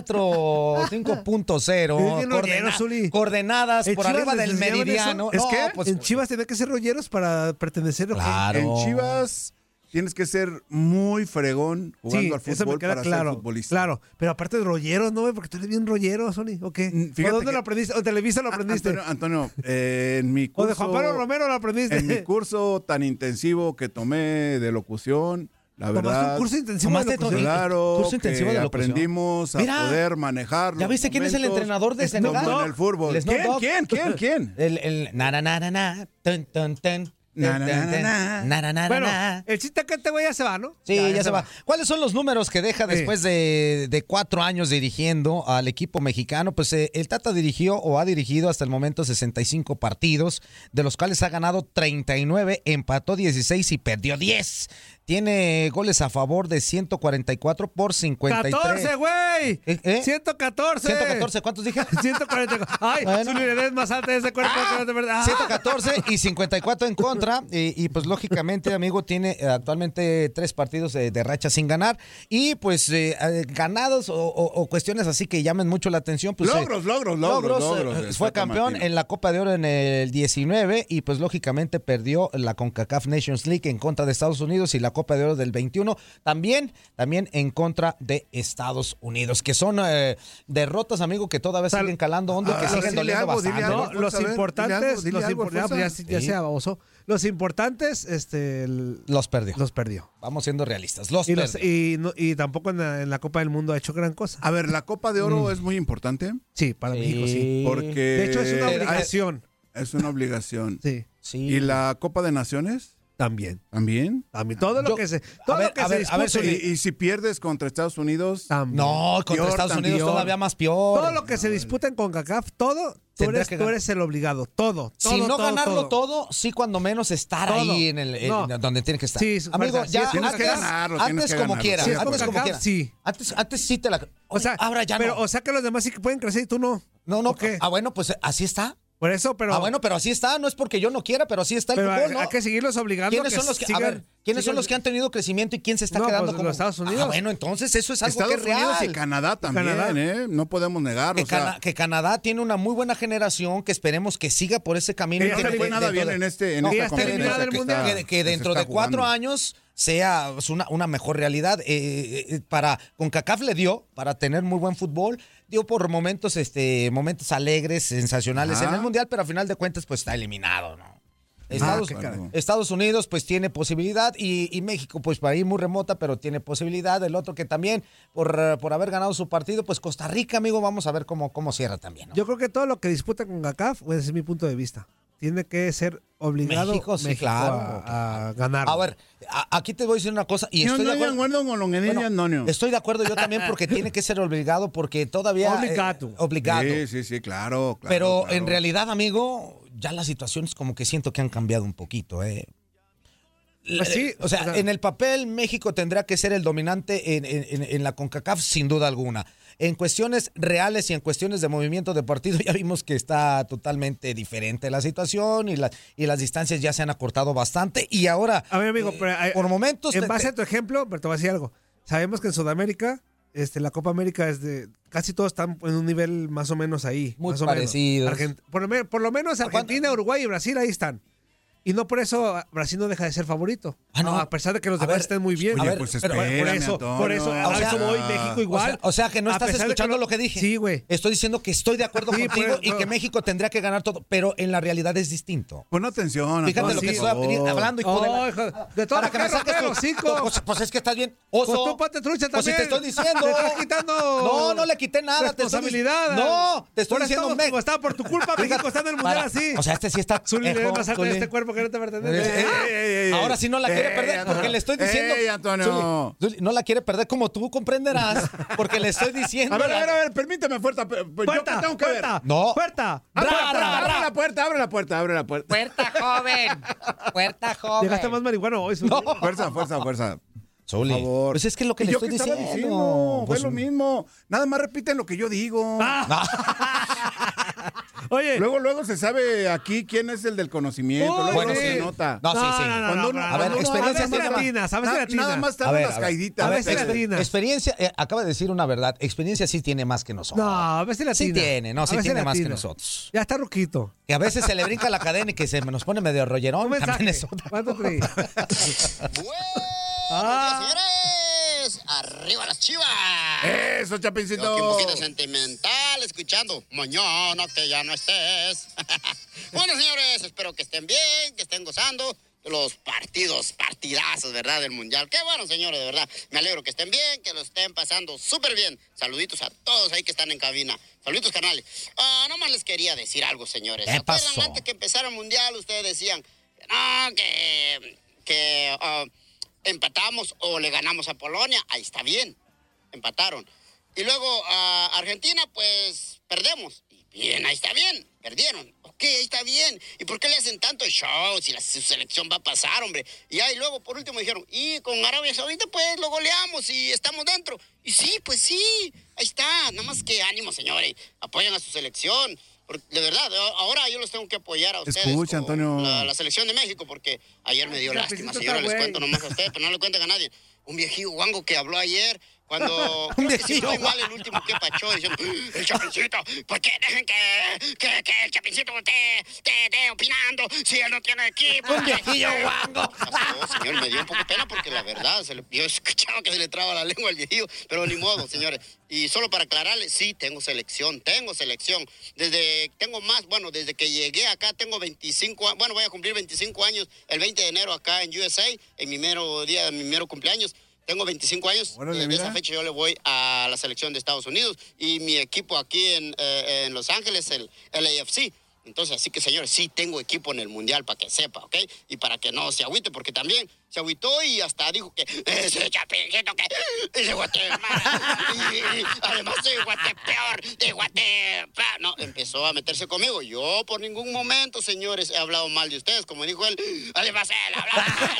[SPEAKER 6] 34, 5.0,
[SPEAKER 4] Es bien rollero,
[SPEAKER 6] coordena-
[SPEAKER 4] Zuli.
[SPEAKER 6] coordenadas
[SPEAKER 4] ¿En
[SPEAKER 6] por
[SPEAKER 4] Chivas
[SPEAKER 6] arriba del
[SPEAKER 4] les enseñaban
[SPEAKER 6] meridiano.
[SPEAKER 4] eso?
[SPEAKER 6] No,
[SPEAKER 4] es que
[SPEAKER 6] pues,
[SPEAKER 4] en Chivas tenía que ser rolleros para pertenecer a
[SPEAKER 6] Claro.
[SPEAKER 7] En Chivas tienes que ser muy fregón jugando
[SPEAKER 4] Sí,
[SPEAKER 7] al
[SPEAKER 4] eso me
[SPEAKER 7] fútbol
[SPEAKER 4] queda
[SPEAKER 7] para ser
[SPEAKER 4] claro.
[SPEAKER 7] futbolista.
[SPEAKER 4] Claro, pero aparte de rolleros, ¿no? güey? Porque tú eres bien rollero, Sony, ¿o qué?
[SPEAKER 7] Mm,
[SPEAKER 4] ¿O
[SPEAKER 7] fíjate
[SPEAKER 4] dónde
[SPEAKER 7] que-
[SPEAKER 4] lo aprendiste? ¿O Televisa lo
[SPEAKER 7] Ah,
[SPEAKER 4] aprendiste?
[SPEAKER 7] Antonio, Antonio, eh, en mi
[SPEAKER 4] ¿O
[SPEAKER 7] curso,
[SPEAKER 4] de Juan Pablo Romero lo aprendiste?
[SPEAKER 7] en mi curso tan intensivo que tomé de locución, la
[SPEAKER 4] Tomaste
[SPEAKER 7] verdad.
[SPEAKER 4] un curso intensivo de
[SPEAKER 6] Tomaste todo-
[SPEAKER 4] locución.
[SPEAKER 7] Claro,
[SPEAKER 6] Curso intensivo
[SPEAKER 7] que
[SPEAKER 6] de locución.
[SPEAKER 7] aprendimos a
[SPEAKER 6] Mira,
[SPEAKER 7] poder manejar.
[SPEAKER 6] ¿Ya
[SPEAKER 7] los
[SPEAKER 6] viste quién es el
[SPEAKER 7] momentos
[SPEAKER 6] entrenador de
[SPEAKER 7] como
[SPEAKER 6] Senegal?
[SPEAKER 7] en el fútbol.
[SPEAKER 6] El Snoop
[SPEAKER 7] ¿Quién,
[SPEAKER 6] Dogg.
[SPEAKER 7] quién, quién, quién?
[SPEAKER 6] El, el na na na na na tun, tun, tun,
[SPEAKER 7] Na,
[SPEAKER 6] tun,
[SPEAKER 7] na,
[SPEAKER 6] tun,
[SPEAKER 7] na,
[SPEAKER 6] tun,
[SPEAKER 7] na.
[SPEAKER 6] na, na, na,
[SPEAKER 4] Bueno,
[SPEAKER 6] na.
[SPEAKER 4] el chiste que este güey ya se va, ¿no?
[SPEAKER 6] Sí, ya, se va. ¿Cuáles son los números que deja
[SPEAKER 4] Sí.
[SPEAKER 6] después de, de cuatro años dirigiendo al equipo mexicano? Pues eh, el Tata dirigió o ha dirigido hasta el momento 65 partidos, de los cuales ha ganado 39, empató 16 y perdió 10. Tiene goles a favor de 144 por 53.
[SPEAKER 4] ¡14, güey!
[SPEAKER 6] ¿Eh, eh?
[SPEAKER 4] 114.
[SPEAKER 6] 114,
[SPEAKER 4] [LAUGHS]
[SPEAKER 6] ¿cuántos dije?
[SPEAKER 4] 144. Ay,
[SPEAKER 6] Bueno.
[SPEAKER 4] su liderés más alta de ese cuerpo. que no te- Ah.
[SPEAKER 6] 114 y 54 en contra. Y, y, pues lógicamente, amigo, tiene eh, actualmente tres partidos eh, de racha sin ganar. Y pues eh, eh, ganados o, o- o cuestiones así que llamen mucho la atención. Pues, eh,
[SPEAKER 7] Logros, logros, logros, logros,
[SPEAKER 6] eh,
[SPEAKER 7] del
[SPEAKER 6] fue
[SPEAKER 7] Tata
[SPEAKER 6] campeón
[SPEAKER 7] Martino.
[SPEAKER 6] en la Copa de Oro en el 19 y pues lógicamente perdió la CONCACAF Nations League en contra de Estados Unidos y la Copa de Oro del 21 también, también en contra de Estados Unidos, que son eh, derrotas, amigo, que todavía
[SPEAKER 4] Tal-
[SPEAKER 6] siguen calando hondo, y que
[SPEAKER 7] Ah,
[SPEAKER 6] siguen
[SPEAKER 7] dile
[SPEAKER 6] doliendo
[SPEAKER 7] algo, dile
[SPEAKER 6] bastante.
[SPEAKER 7] algo.
[SPEAKER 6] ¿no?
[SPEAKER 4] No,
[SPEAKER 7] Fuerza,
[SPEAKER 4] los
[SPEAKER 7] a ver,
[SPEAKER 4] importantes,
[SPEAKER 7] dile algo, dile
[SPEAKER 4] los
[SPEAKER 7] algo,
[SPEAKER 4] importantes, ya,
[SPEAKER 7] fuerza.
[SPEAKER 4] ya sea baboso. Los importantes, este, el-
[SPEAKER 6] Los perdió.
[SPEAKER 4] los perdió.
[SPEAKER 6] Vamos siendo realistas. Los
[SPEAKER 4] Y, los-
[SPEAKER 6] perdió.
[SPEAKER 4] y no- y tampoco en la, en la Copa del Mundo ha hecho gran cosa. Mm.
[SPEAKER 7] A ver, la Copa de Oro es muy importante
[SPEAKER 4] Sí, para México sí.
[SPEAKER 7] porque
[SPEAKER 4] De hecho, es una
[SPEAKER 6] Eh,
[SPEAKER 4] obligación.
[SPEAKER 7] es una obligación.
[SPEAKER 4] Sí,
[SPEAKER 6] Sí.
[SPEAKER 7] ¿Y la Copa de Naciones
[SPEAKER 4] también.
[SPEAKER 7] también?
[SPEAKER 4] A mí, todo lo
[SPEAKER 6] Yo-
[SPEAKER 4] que se. Todo
[SPEAKER 6] ver,
[SPEAKER 4] lo que
[SPEAKER 6] a
[SPEAKER 4] se
[SPEAKER 6] ver, a ver,
[SPEAKER 4] dispute,
[SPEAKER 7] Y, y si pierdes contra Estados Unidos,
[SPEAKER 4] también.
[SPEAKER 6] No, contra
[SPEAKER 7] Peor,
[SPEAKER 6] Estados
[SPEAKER 7] también.
[SPEAKER 6] Unidos todavía más peor.
[SPEAKER 4] Todo lo que se disputa en CONCACAF, todo, tú
[SPEAKER 6] Tendrá
[SPEAKER 4] eres,
[SPEAKER 6] que
[SPEAKER 4] tú
[SPEAKER 6] ganar.
[SPEAKER 4] eres el obligado. Todo. todo
[SPEAKER 6] si no
[SPEAKER 4] todo,
[SPEAKER 6] ganarlo todo. sí cuando menos estar
[SPEAKER 4] Todo.
[SPEAKER 6] ahí en el en
[SPEAKER 4] No.
[SPEAKER 6] donde tiene que estar.
[SPEAKER 4] Sí, su
[SPEAKER 6] Amigo,
[SPEAKER 4] fuerza. Sí,
[SPEAKER 6] ya
[SPEAKER 4] tienes
[SPEAKER 6] antes,
[SPEAKER 4] que
[SPEAKER 7] ganarlo, tienes
[SPEAKER 6] antes
[SPEAKER 7] que
[SPEAKER 6] como
[SPEAKER 7] ganarlo.
[SPEAKER 6] quiera,
[SPEAKER 7] Sí, es
[SPEAKER 6] antes
[SPEAKER 7] Coca-Cola,
[SPEAKER 6] como quiera.
[SPEAKER 4] sí.
[SPEAKER 6] Antes, antes sí te la.
[SPEAKER 4] O sea,
[SPEAKER 6] ahora ya
[SPEAKER 4] pero,
[SPEAKER 6] no.
[SPEAKER 4] o sea que los demás sí que pueden crecer y tú no.
[SPEAKER 6] no, no.
[SPEAKER 4] ¿o qué?
[SPEAKER 6] Ah, bueno, pues así está.
[SPEAKER 4] Por eso, pero.
[SPEAKER 6] ah, bueno, pero así está. No es porque yo no quiera, pero así está el
[SPEAKER 4] pero
[SPEAKER 6] fútbol,
[SPEAKER 4] hay,
[SPEAKER 6] ¿no?
[SPEAKER 4] hay que seguirlos obligando.
[SPEAKER 6] ¿Quiénes
[SPEAKER 4] que
[SPEAKER 6] son los que, a
[SPEAKER 4] sigan-
[SPEAKER 6] ver, ¿quiénes son
[SPEAKER 4] sigan-
[SPEAKER 6] los que han tenido crecimiento y quién se está
[SPEAKER 4] No,
[SPEAKER 6] quedando
[SPEAKER 4] pues,
[SPEAKER 6] como
[SPEAKER 4] los Estados
[SPEAKER 6] Ah,
[SPEAKER 4] Unidos.
[SPEAKER 6] bueno, entonces eso es algo
[SPEAKER 7] Estados
[SPEAKER 6] que es real.
[SPEAKER 7] Unidos y Canadá también,
[SPEAKER 4] Canadá.
[SPEAKER 7] ¿eh? No podemos negarlo.
[SPEAKER 6] que,
[SPEAKER 7] o sea,
[SPEAKER 6] Cana- que Canadá tiene una muy buena generación que esperemos que siga por ese camino.
[SPEAKER 4] Que
[SPEAKER 6] y
[SPEAKER 4] ya
[SPEAKER 6] que
[SPEAKER 4] no fue
[SPEAKER 6] de-
[SPEAKER 7] nada
[SPEAKER 6] dentro
[SPEAKER 7] bien en este- en
[SPEAKER 6] No,
[SPEAKER 7] esta
[SPEAKER 6] que esté
[SPEAKER 4] competencia
[SPEAKER 6] eliminada del
[SPEAKER 4] que
[SPEAKER 6] mundial.
[SPEAKER 4] está-
[SPEAKER 6] que, que
[SPEAKER 7] que se
[SPEAKER 6] dentro
[SPEAKER 7] está
[SPEAKER 6] de cuatro
[SPEAKER 7] jugando.
[SPEAKER 6] años sea pues, una, una mejor realidad. Eh, eh, para con CACAF le dio para tener muy buen fútbol, dio por momentos, este, momentos alegres, sensacionales
[SPEAKER 7] Ajá.
[SPEAKER 6] en el mundial, pero a final de cuentas pues está eliminado, ¿no? Estados,
[SPEAKER 7] Ah, qué carajo.
[SPEAKER 6] Estados Unidos pues tiene posibilidad y, y México pues para ir muy remota pero tiene posibilidad. El otro que también por, eh, por haber ganado su partido pues Costa Rica amigo vamos a ver cómo, cómo cierra también. ¿no?
[SPEAKER 4] Yo creo que todo lo que disputa CONCACAF, pues, ese es mi punto de vista. Tiene que ser obligado
[SPEAKER 6] México, sí,
[SPEAKER 4] a-
[SPEAKER 6] claro.
[SPEAKER 4] a, ganar.
[SPEAKER 6] a ver, a- aquí te voy a decir una cosa y
[SPEAKER 7] yo
[SPEAKER 6] estoy
[SPEAKER 7] no
[SPEAKER 6] de acuerdo.
[SPEAKER 7] acuerdo con lo que dice
[SPEAKER 6] Bueno,
[SPEAKER 7] Antonio.
[SPEAKER 6] Estoy de acuerdo yo también
[SPEAKER 7] [LAUGHS]
[SPEAKER 6] porque tiene que ser obligado porque todavía eh,
[SPEAKER 4] Obligado.
[SPEAKER 6] obligado.
[SPEAKER 7] Sí, sí, sí, claro. claro,
[SPEAKER 6] pero
[SPEAKER 7] claro.
[SPEAKER 6] en realidad amigo ya las situaciones como que siento que han cambiado un poquito. Eh.
[SPEAKER 4] Pues sí,
[SPEAKER 6] o sea,
[SPEAKER 4] o sea-
[SPEAKER 6] en el papel México tendrá que ser el dominante en, en- en- en la CONCACAF sin duda alguna. en cuestiones reales y en cuestiones de movimiento de partido [LAUGHS] ya vimos que está totalmente diferente la situación y, la- y las distancias ya se han acortado bastante y ahora...
[SPEAKER 4] A ver, amigo, pero, eh,
[SPEAKER 6] por momentos...
[SPEAKER 4] En
[SPEAKER 6] te-
[SPEAKER 4] base
[SPEAKER 6] te-
[SPEAKER 4] a tu ejemplo, pero te voy a decir algo. Sabemos que en Sudamérica, este, la Copa América es de. Casi todos están en un nivel más o menos ahí.
[SPEAKER 6] Muy
[SPEAKER 4] más o menos.
[SPEAKER 6] parecidos.
[SPEAKER 4] Argent- por, lo me- por lo menos Argentina, Uruguay y Brasil ahí están. Y no por eso ah, Brasil no deja de ser favorito.
[SPEAKER 6] Ah, no.
[SPEAKER 4] A pesar de que los
[SPEAKER 6] A
[SPEAKER 4] demás
[SPEAKER 6] ver,
[SPEAKER 4] estén muy bien.
[SPEAKER 6] oye,
[SPEAKER 4] A ver,
[SPEAKER 6] pues
[SPEAKER 4] pero por
[SPEAKER 6] espérame,
[SPEAKER 4] eso,
[SPEAKER 6] Antonio.
[SPEAKER 4] por eso,
[SPEAKER 6] O
[SPEAKER 4] a eso
[SPEAKER 6] sea,
[SPEAKER 4] voy, México igual.
[SPEAKER 6] O sea, o sea que no
[SPEAKER 4] A
[SPEAKER 6] estás
[SPEAKER 4] pesar de
[SPEAKER 6] escuchando
[SPEAKER 4] no-
[SPEAKER 6] lo que dije.
[SPEAKER 4] Sí, güey.
[SPEAKER 6] Estoy diciendo que estoy de acuerdo
[SPEAKER 4] Sí,
[SPEAKER 6] contigo
[SPEAKER 4] pero-
[SPEAKER 6] y que
[SPEAKER 4] pero-
[SPEAKER 6] México tendría que ganar todo, pero en la realidad es distinto.
[SPEAKER 7] Pon atención,
[SPEAKER 6] Fíjate
[SPEAKER 7] Antonio,
[SPEAKER 6] lo que
[SPEAKER 7] por
[SPEAKER 6] estoy
[SPEAKER 7] favor.
[SPEAKER 6] abri- hablando, hijo de la-
[SPEAKER 4] Oh, hijo de- de todo
[SPEAKER 6] Para
[SPEAKER 4] lo
[SPEAKER 6] que me
[SPEAKER 4] que
[SPEAKER 6] saques
[SPEAKER 4] rompe
[SPEAKER 6] tu-
[SPEAKER 4] los hocico.
[SPEAKER 6] Pues, pues es que estás bien oso.
[SPEAKER 4] Pues tú ponte trucha
[SPEAKER 6] Pues si
[SPEAKER 4] también.
[SPEAKER 6] te estoy diciendo.
[SPEAKER 4] [LAUGHS] Te estás quitando
[SPEAKER 6] No, no le quité nada. te estoy dic-
[SPEAKER 4] responsabilidad.
[SPEAKER 6] No, te estoy
[SPEAKER 4] Ahora
[SPEAKER 6] diciendo.
[SPEAKER 4] estamos
[SPEAKER 6] me-
[SPEAKER 4] como está por tu culpa, México está en el mundial
[SPEAKER 6] Para-
[SPEAKER 4] así.
[SPEAKER 6] O sea, este sí está.
[SPEAKER 4] [LAUGHS] Zuli le
[SPEAKER 6] eh,
[SPEAKER 4] ves más alta de
[SPEAKER 6] Zuli.
[SPEAKER 4] este cuerpo que no te
[SPEAKER 6] Eh,
[SPEAKER 4] pertenece.
[SPEAKER 6] eh,
[SPEAKER 4] ¡Ah!
[SPEAKER 7] ey, ey,
[SPEAKER 6] Ahora sí no la quiere
[SPEAKER 7] ey,
[SPEAKER 6] perder
[SPEAKER 7] Antonio.
[SPEAKER 6] porque le estoy diciendo.
[SPEAKER 7] Ey, Antonio.
[SPEAKER 6] Zuli, Zuli, no la quiere perder como tú comprenderás
[SPEAKER 7] [LAUGHS]
[SPEAKER 6] porque le estoy diciendo.
[SPEAKER 7] A ver, a ver, a ver, permíteme, fuerza. pe- pe- yo
[SPEAKER 4] ¡Puerta!
[SPEAKER 7] que tengo que ver.
[SPEAKER 4] ¡Puerta!
[SPEAKER 6] No.
[SPEAKER 4] ¡Puerta!
[SPEAKER 7] Abre la
[SPEAKER 6] Ra, ra,
[SPEAKER 7] puerta, abre
[SPEAKER 6] ra.
[SPEAKER 7] la puerta, abre la puerta, abre la puerta.
[SPEAKER 3] Puerta joven. Puerta joven.
[SPEAKER 4] Llegaste más marihuano hoy, Zuli. [LAUGHS]
[SPEAKER 7] Fuerza, fuerza, fuerza.
[SPEAKER 6] Zuli,
[SPEAKER 7] Por favor.
[SPEAKER 6] Pues es que es lo que le
[SPEAKER 7] Yo
[SPEAKER 6] estoy
[SPEAKER 7] qué estaba
[SPEAKER 6] diciendo.
[SPEAKER 7] Fue
[SPEAKER 6] Pues,
[SPEAKER 7] lo mismo. Nada más repiten lo que yo
[SPEAKER 6] [LAUGHS]
[SPEAKER 7] digo.
[SPEAKER 4] Oye.
[SPEAKER 7] Luego, luego se sabe aquí quién es el del conocimiento.
[SPEAKER 4] Uy,
[SPEAKER 7] luego
[SPEAKER 6] Bueno,
[SPEAKER 7] no
[SPEAKER 6] sí.
[SPEAKER 7] se nota.
[SPEAKER 6] No, sí, sí.
[SPEAKER 7] Cuando uno-
[SPEAKER 6] A ver,
[SPEAKER 7] cuando uno-
[SPEAKER 6] experiencias
[SPEAKER 7] nada más-
[SPEAKER 4] latinas, a veces
[SPEAKER 7] na-
[SPEAKER 4] latinas.
[SPEAKER 7] Nada más te
[SPEAKER 6] A
[SPEAKER 7] dan
[SPEAKER 6] ver,
[SPEAKER 7] las
[SPEAKER 6] a ver.
[SPEAKER 7] caiditas.
[SPEAKER 4] A veces
[SPEAKER 7] Este,
[SPEAKER 4] latinas.
[SPEAKER 6] Experiencia, eh, acaba de decir una verdad. Experiencia sí tiene más que nosotros.
[SPEAKER 4] No, a veces la
[SPEAKER 6] Sí tiene, no, sí tiene más que nosotros.
[SPEAKER 4] Ya está ruquito.
[SPEAKER 6] Que a veces se le brinca la cadena y que se nos pone medio rollerón.
[SPEAKER 4] Un mensaje.
[SPEAKER 6] También es
[SPEAKER 10] [LAUGHS]
[SPEAKER 6] otra.
[SPEAKER 4] ¿Cuánto traí?
[SPEAKER 7] Ah.
[SPEAKER 11] señores. Arriba las chivas. Yo aquí
[SPEAKER 7] Eso,
[SPEAKER 11] un
[SPEAKER 7] Chapincito.
[SPEAKER 11] poquito sentimental escuchando. Mañana que ya no estés. [LAUGHS] bueno, señores, espero que estén bien, que estén gozando de los partidos, partidazos, ¿verdad? Del Mundial. Qué bueno, señores, de verdad. Me alegro que estén bien, que lo estén pasando súper bien. Saluditos a todos ahí que están en cabina. Saluditos, carnales. Ah, nomás les quería decir algo, señores.
[SPEAKER 6] ¿Qué
[SPEAKER 11] ¿Se acuerdan
[SPEAKER 6] pasó?
[SPEAKER 11] Antes que empezara el Mundial, ustedes decían, no, que, que ah, empatamos o le ganamos a Polonia. Ahí está bien empataron. Y luego a Argentina, pues perdemos. Y Bien, ahí está bien, perdieron. Ok, ahí está bien. ¿Y por qué le hacen tanto show si la, su selección va a pasar, hombre? Y ahí luego, por último, dijeron, y con Arabia Saudita, pues lo goleamos y estamos dentro. Y sí, pues sí, ahí está. Nada más que ánimo, señores. Apoyen a su selección. Porque, de verdad, a- ahora yo los tengo que apoyar a ustedes.
[SPEAKER 7] Escucha,
[SPEAKER 11] con
[SPEAKER 7] Antonio.
[SPEAKER 11] La, la selección de México, porque ayer me dio
[SPEAKER 4] Ya,
[SPEAKER 11] lástima,
[SPEAKER 4] Pepito,
[SPEAKER 11] señora,
[SPEAKER 4] está
[SPEAKER 11] les
[SPEAKER 4] güey.
[SPEAKER 11] cuento nomás a ustedes, pero no le cuenten a nadie. Un viejillo guango que habló ayer
[SPEAKER 6] [LAUGHS]
[SPEAKER 11] cuando...
[SPEAKER 6] Un
[SPEAKER 11] creo que sí
[SPEAKER 6] viejillo
[SPEAKER 11] fue mal el último que pachó, diciendo, el Chapincito, ¿por qué dejen que, que, que el Chapincito esté, esté- esté opinando si él no tiene equipo?
[SPEAKER 6] Un
[SPEAKER 11] [LAUGHS]
[SPEAKER 6] viejillo guango.
[SPEAKER 11] Pasó, pues, señor, me dio un poco pena porque la verdad, se le- yo escuchaba que se le traba la lengua al viejillo, pero ni modo, señores. Y solo para aclararles, sí, tengo selección, tengo selección. Desde, tengo más, bueno, desde que llegué acá tengo 25, a- bueno, voy a cumplir 25 años el 20 de enero acá en USA, en mi mero día, en mi mero cumpleaños. Tengo 25 años,
[SPEAKER 7] Órale,
[SPEAKER 11] desde
[SPEAKER 7] mira.
[SPEAKER 11] esa fecha yo le voy a la selección de Estados Unidos y mi equipo aquí en, eh, en Los Ángeles, el LAFC. Entonces, así que señores, sí tengo equipo en el Mundial para que sepa, ¿ok? Y para que no se agüite, porque también se agüitó y hasta dijo que [LAUGHS] ese chapincito que es de Guatemala. y, y además de Guatepeor, de Guatepa. No, empezó a meterse conmigo. Yo por ningún momento, señores, he hablado mal de ustedes, como dijo él. Además, él hablaba mal.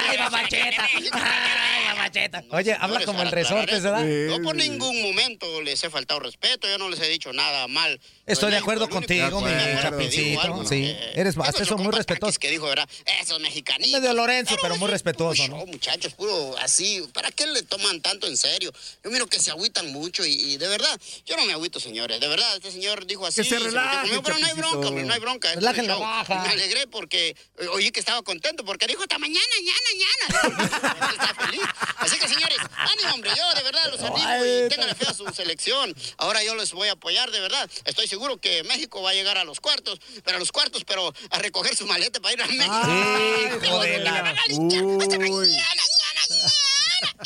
[SPEAKER 6] Ay, mamacheta. Ay, mamacheta. Oye, habla
[SPEAKER 11] Señores,
[SPEAKER 6] como el
[SPEAKER 11] para aclarar
[SPEAKER 6] resorte,
[SPEAKER 11] esto,
[SPEAKER 6] ¿verdad?
[SPEAKER 11] No por ningún momento les he faltado respeto, yo no les he dicho nada mal.
[SPEAKER 6] Estoy de
[SPEAKER 11] Lo
[SPEAKER 6] acuerdo
[SPEAKER 11] único pues, que
[SPEAKER 6] contigo,
[SPEAKER 11] me
[SPEAKER 7] mi
[SPEAKER 11] acuerdo que dijo
[SPEAKER 6] Chapincito,
[SPEAKER 11] algo,
[SPEAKER 6] sí.
[SPEAKER 11] eh,
[SPEAKER 6] Eres hasta
[SPEAKER 11] esos
[SPEAKER 6] eso muy
[SPEAKER 11] chocotaquis
[SPEAKER 6] respetuoso.
[SPEAKER 11] que dijo, ¿verdad? Esos mexicanitos.
[SPEAKER 6] Medio Lorenzo, pero
[SPEAKER 11] eso
[SPEAKER 6] muy
[SPEAKER 11] es
[SPEAKER 6] respetuoso,
[SPEAKER 11] puro
[SPEAKER 6] ¿no?
[SPEAKER 11] show, muchachos, puro así. ¿Para qué le toman tanto en serio? Yo miro que se agüitan mucho y, y de verdad, yo no me agüito, señores. De verdad, este señor dijo así.
[SPEAKER 7] se
[SPEAKER 11] metió
[SPEAKER 7] relaje,
[SPEAKER 11] conmigo, pero no hay
[SPEAKER 7] Chapincito.
[SPEAKER 11] bronca, hombre, no hay bronca. esto es
[SPEAKER 6] Relajen la
[SPEAKER 11] show.
[SPEAKER 6] baja.
[SPEAKER 11] Me alegré porque eh, oí que estaba contento porque dijo hasta mañana, mañana, mañana. Está feliz. Así que señores, ánimo, hombre, yo de verdad los animo y tengan fe a su selección. Ahora yo les voy a apoyar, de verdad. Estoy seguro que México va a llegar a los cuartos, pero a los cuartos, pero a recoger su maleta para ir a México. [LAUGHS]
[SPEAKER 6] Ay,
[SPEAKER 11] Ay,
[SPEAKER 6] hijo de
[SPEAKER 11] me
[SPEAKER 6] la-
[SPEAKER 11] van a linchar. Hasta mañana,
[SPEAKER 7] Uy.
[SPEAKER 11] mañana, mañana.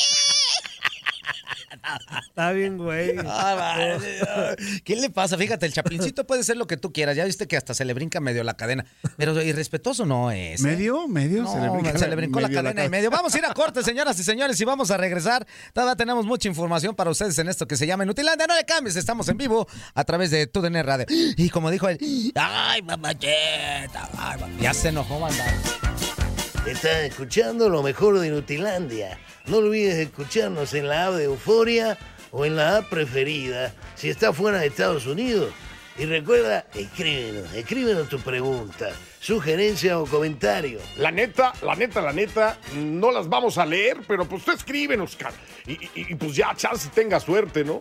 [SPEAKER 4] Está bien, güey.
[SPEAKER 6] [LAUGHS] Ah, va. ¿Qué le pasa? Fíjate, el chapincito puede ser lo que tú quieras. Ya viste que hasta se le brinca medio la cadena. Pero irrespetuoso no es. ¿eh?
[SPEAKER 7] ¿Medio? ¿Medio?
[SPEAKER 6] No, hombre, se le brincó la
[SPEAKER 7] medio
[SPEAKER 6] cadena y
[SPEAKER 7] ca-
[SPEAKER 6] medio. Vamos a ir a corte, señoras y señores, y vamos a regresar. Todavía tenemos mucha información para ustedes en esto que se llama Inutilandia. No le cambies, estamos en vivo a través de TUDN Radio. Y como dijo él, ¡ay, mamacheta! ay, ma-". ya se enojó, manda.
[SPEAKER 1] Estás escuchando lo mejor de Nutilandia. No olvides escucharnos en la app de Euforia o en la app preferida si está fuera de Estados Unidos. Y recuerda, escríbenos, escríbenos tu pregunta, sugerencia o comentario.
[SPEAKER 2] La neta, la neta, la neta, no las vamos a leer, pero pues tú escríbenos, car- y, y- y pues ya, chance tenga suerte, ¿no?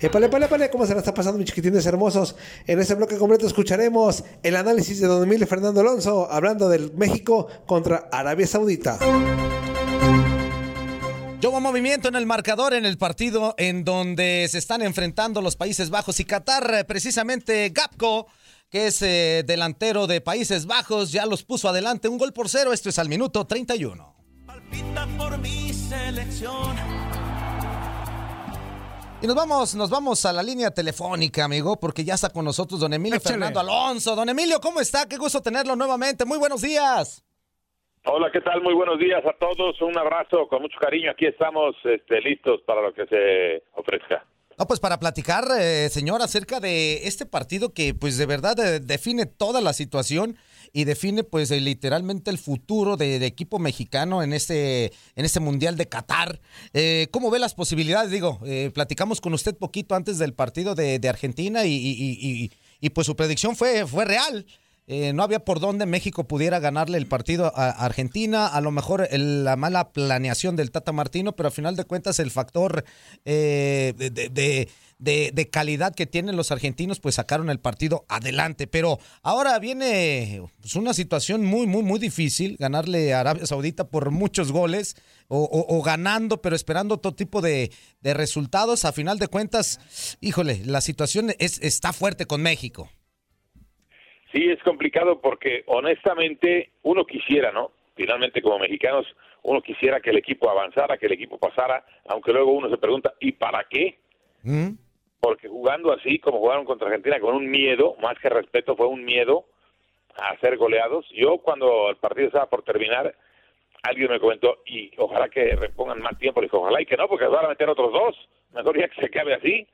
[SPEAKER 4] Épale, épale, épale, ¿cómo se la está pasando, mis chiquitines hermosos? En este bloque completo escucharemos el análisis de Don Emilio Fernando Alonso hablando del México contra Arabia Saudita.
[SPEAKER 6] Yo hubo movimiento en el marcador en el partido en donde se están enfrentando los Países Bajos y Qatar. Eh, Precisamente Gapco, que es eh, delantero de Países Bajos, ya los puso adelante. Un gol por cero. Esto es al minuto 31.
[SPEAKER 5] por mi selección.
[SPEAKER 6] Y nos vamos, nos vamos a la línea telefónica, amigo, porque ya está con nosotros don Emilio
[SPEAKER 12] Échale.
[SPEAKER 6] Fernando Alonso. Don Emilio, ¿cómo está? Qué gusto tenerlo nuevamente. Muy buenos días.
[SPEAKER 12] Hola, ¿qué tal? Muy buenos días a todos. Un abrazo con mucho cariño. Aquí estamos este, listos para lo que se ofrezca.
[SPEAKER 6] No, pues para platicar, eh, señor, acerca de este partido que pues de verdad eh, define toda la situación y define pues eh, literalmente el futuro de, de equipo mexicano en este, en este Mundial de Qatar. Eh, ¿Cómo ve las posibilidades? Digo, eh, platicamos con usted poquito antes del partido de, de Argentina y, y- y- y- y, pues su predicción fue, fue real. Eh, no había por dónde México pudiera ganarle el partido a a Argentina. A lo mejor el- la mala planeación del Tata Martino, pero al final de cuentas el factor eh, de, de- de- de- de calidad que tienen los argentinos, pues sacaron el partido adelante. Pero ahora viene pues, una situación muy, muy, muy difícil. Ganarle a Arabia Saudita por muchos goles o, o- o ganando, pero esperando todo tipo de, de resultados. A final de cuentas, híjole, la situación es, está fuerte con México.
[SPEAKER 12] Sí, es complicado porque honestamente uno quisiera, ¿no? Finalmente como mexicanos, uno quisiera que el equipo avanzara, que el equipo pasara, aunque luego uno se pregunta, ¿y para qué?
[SPEAKER 6] ¿Mm?
[SPEAKER 12] Porque jugando así, como jugaron contra Argentina, con un miedo, más que respeto, fue un miedo a ser goleados. Yo cuando el partido estaba por terminar, alguien me comentó, y ojalá que repongan más tiempo, le dije, ojalá y que no, porque van a meter otros dos, mejor ya que se acabe así.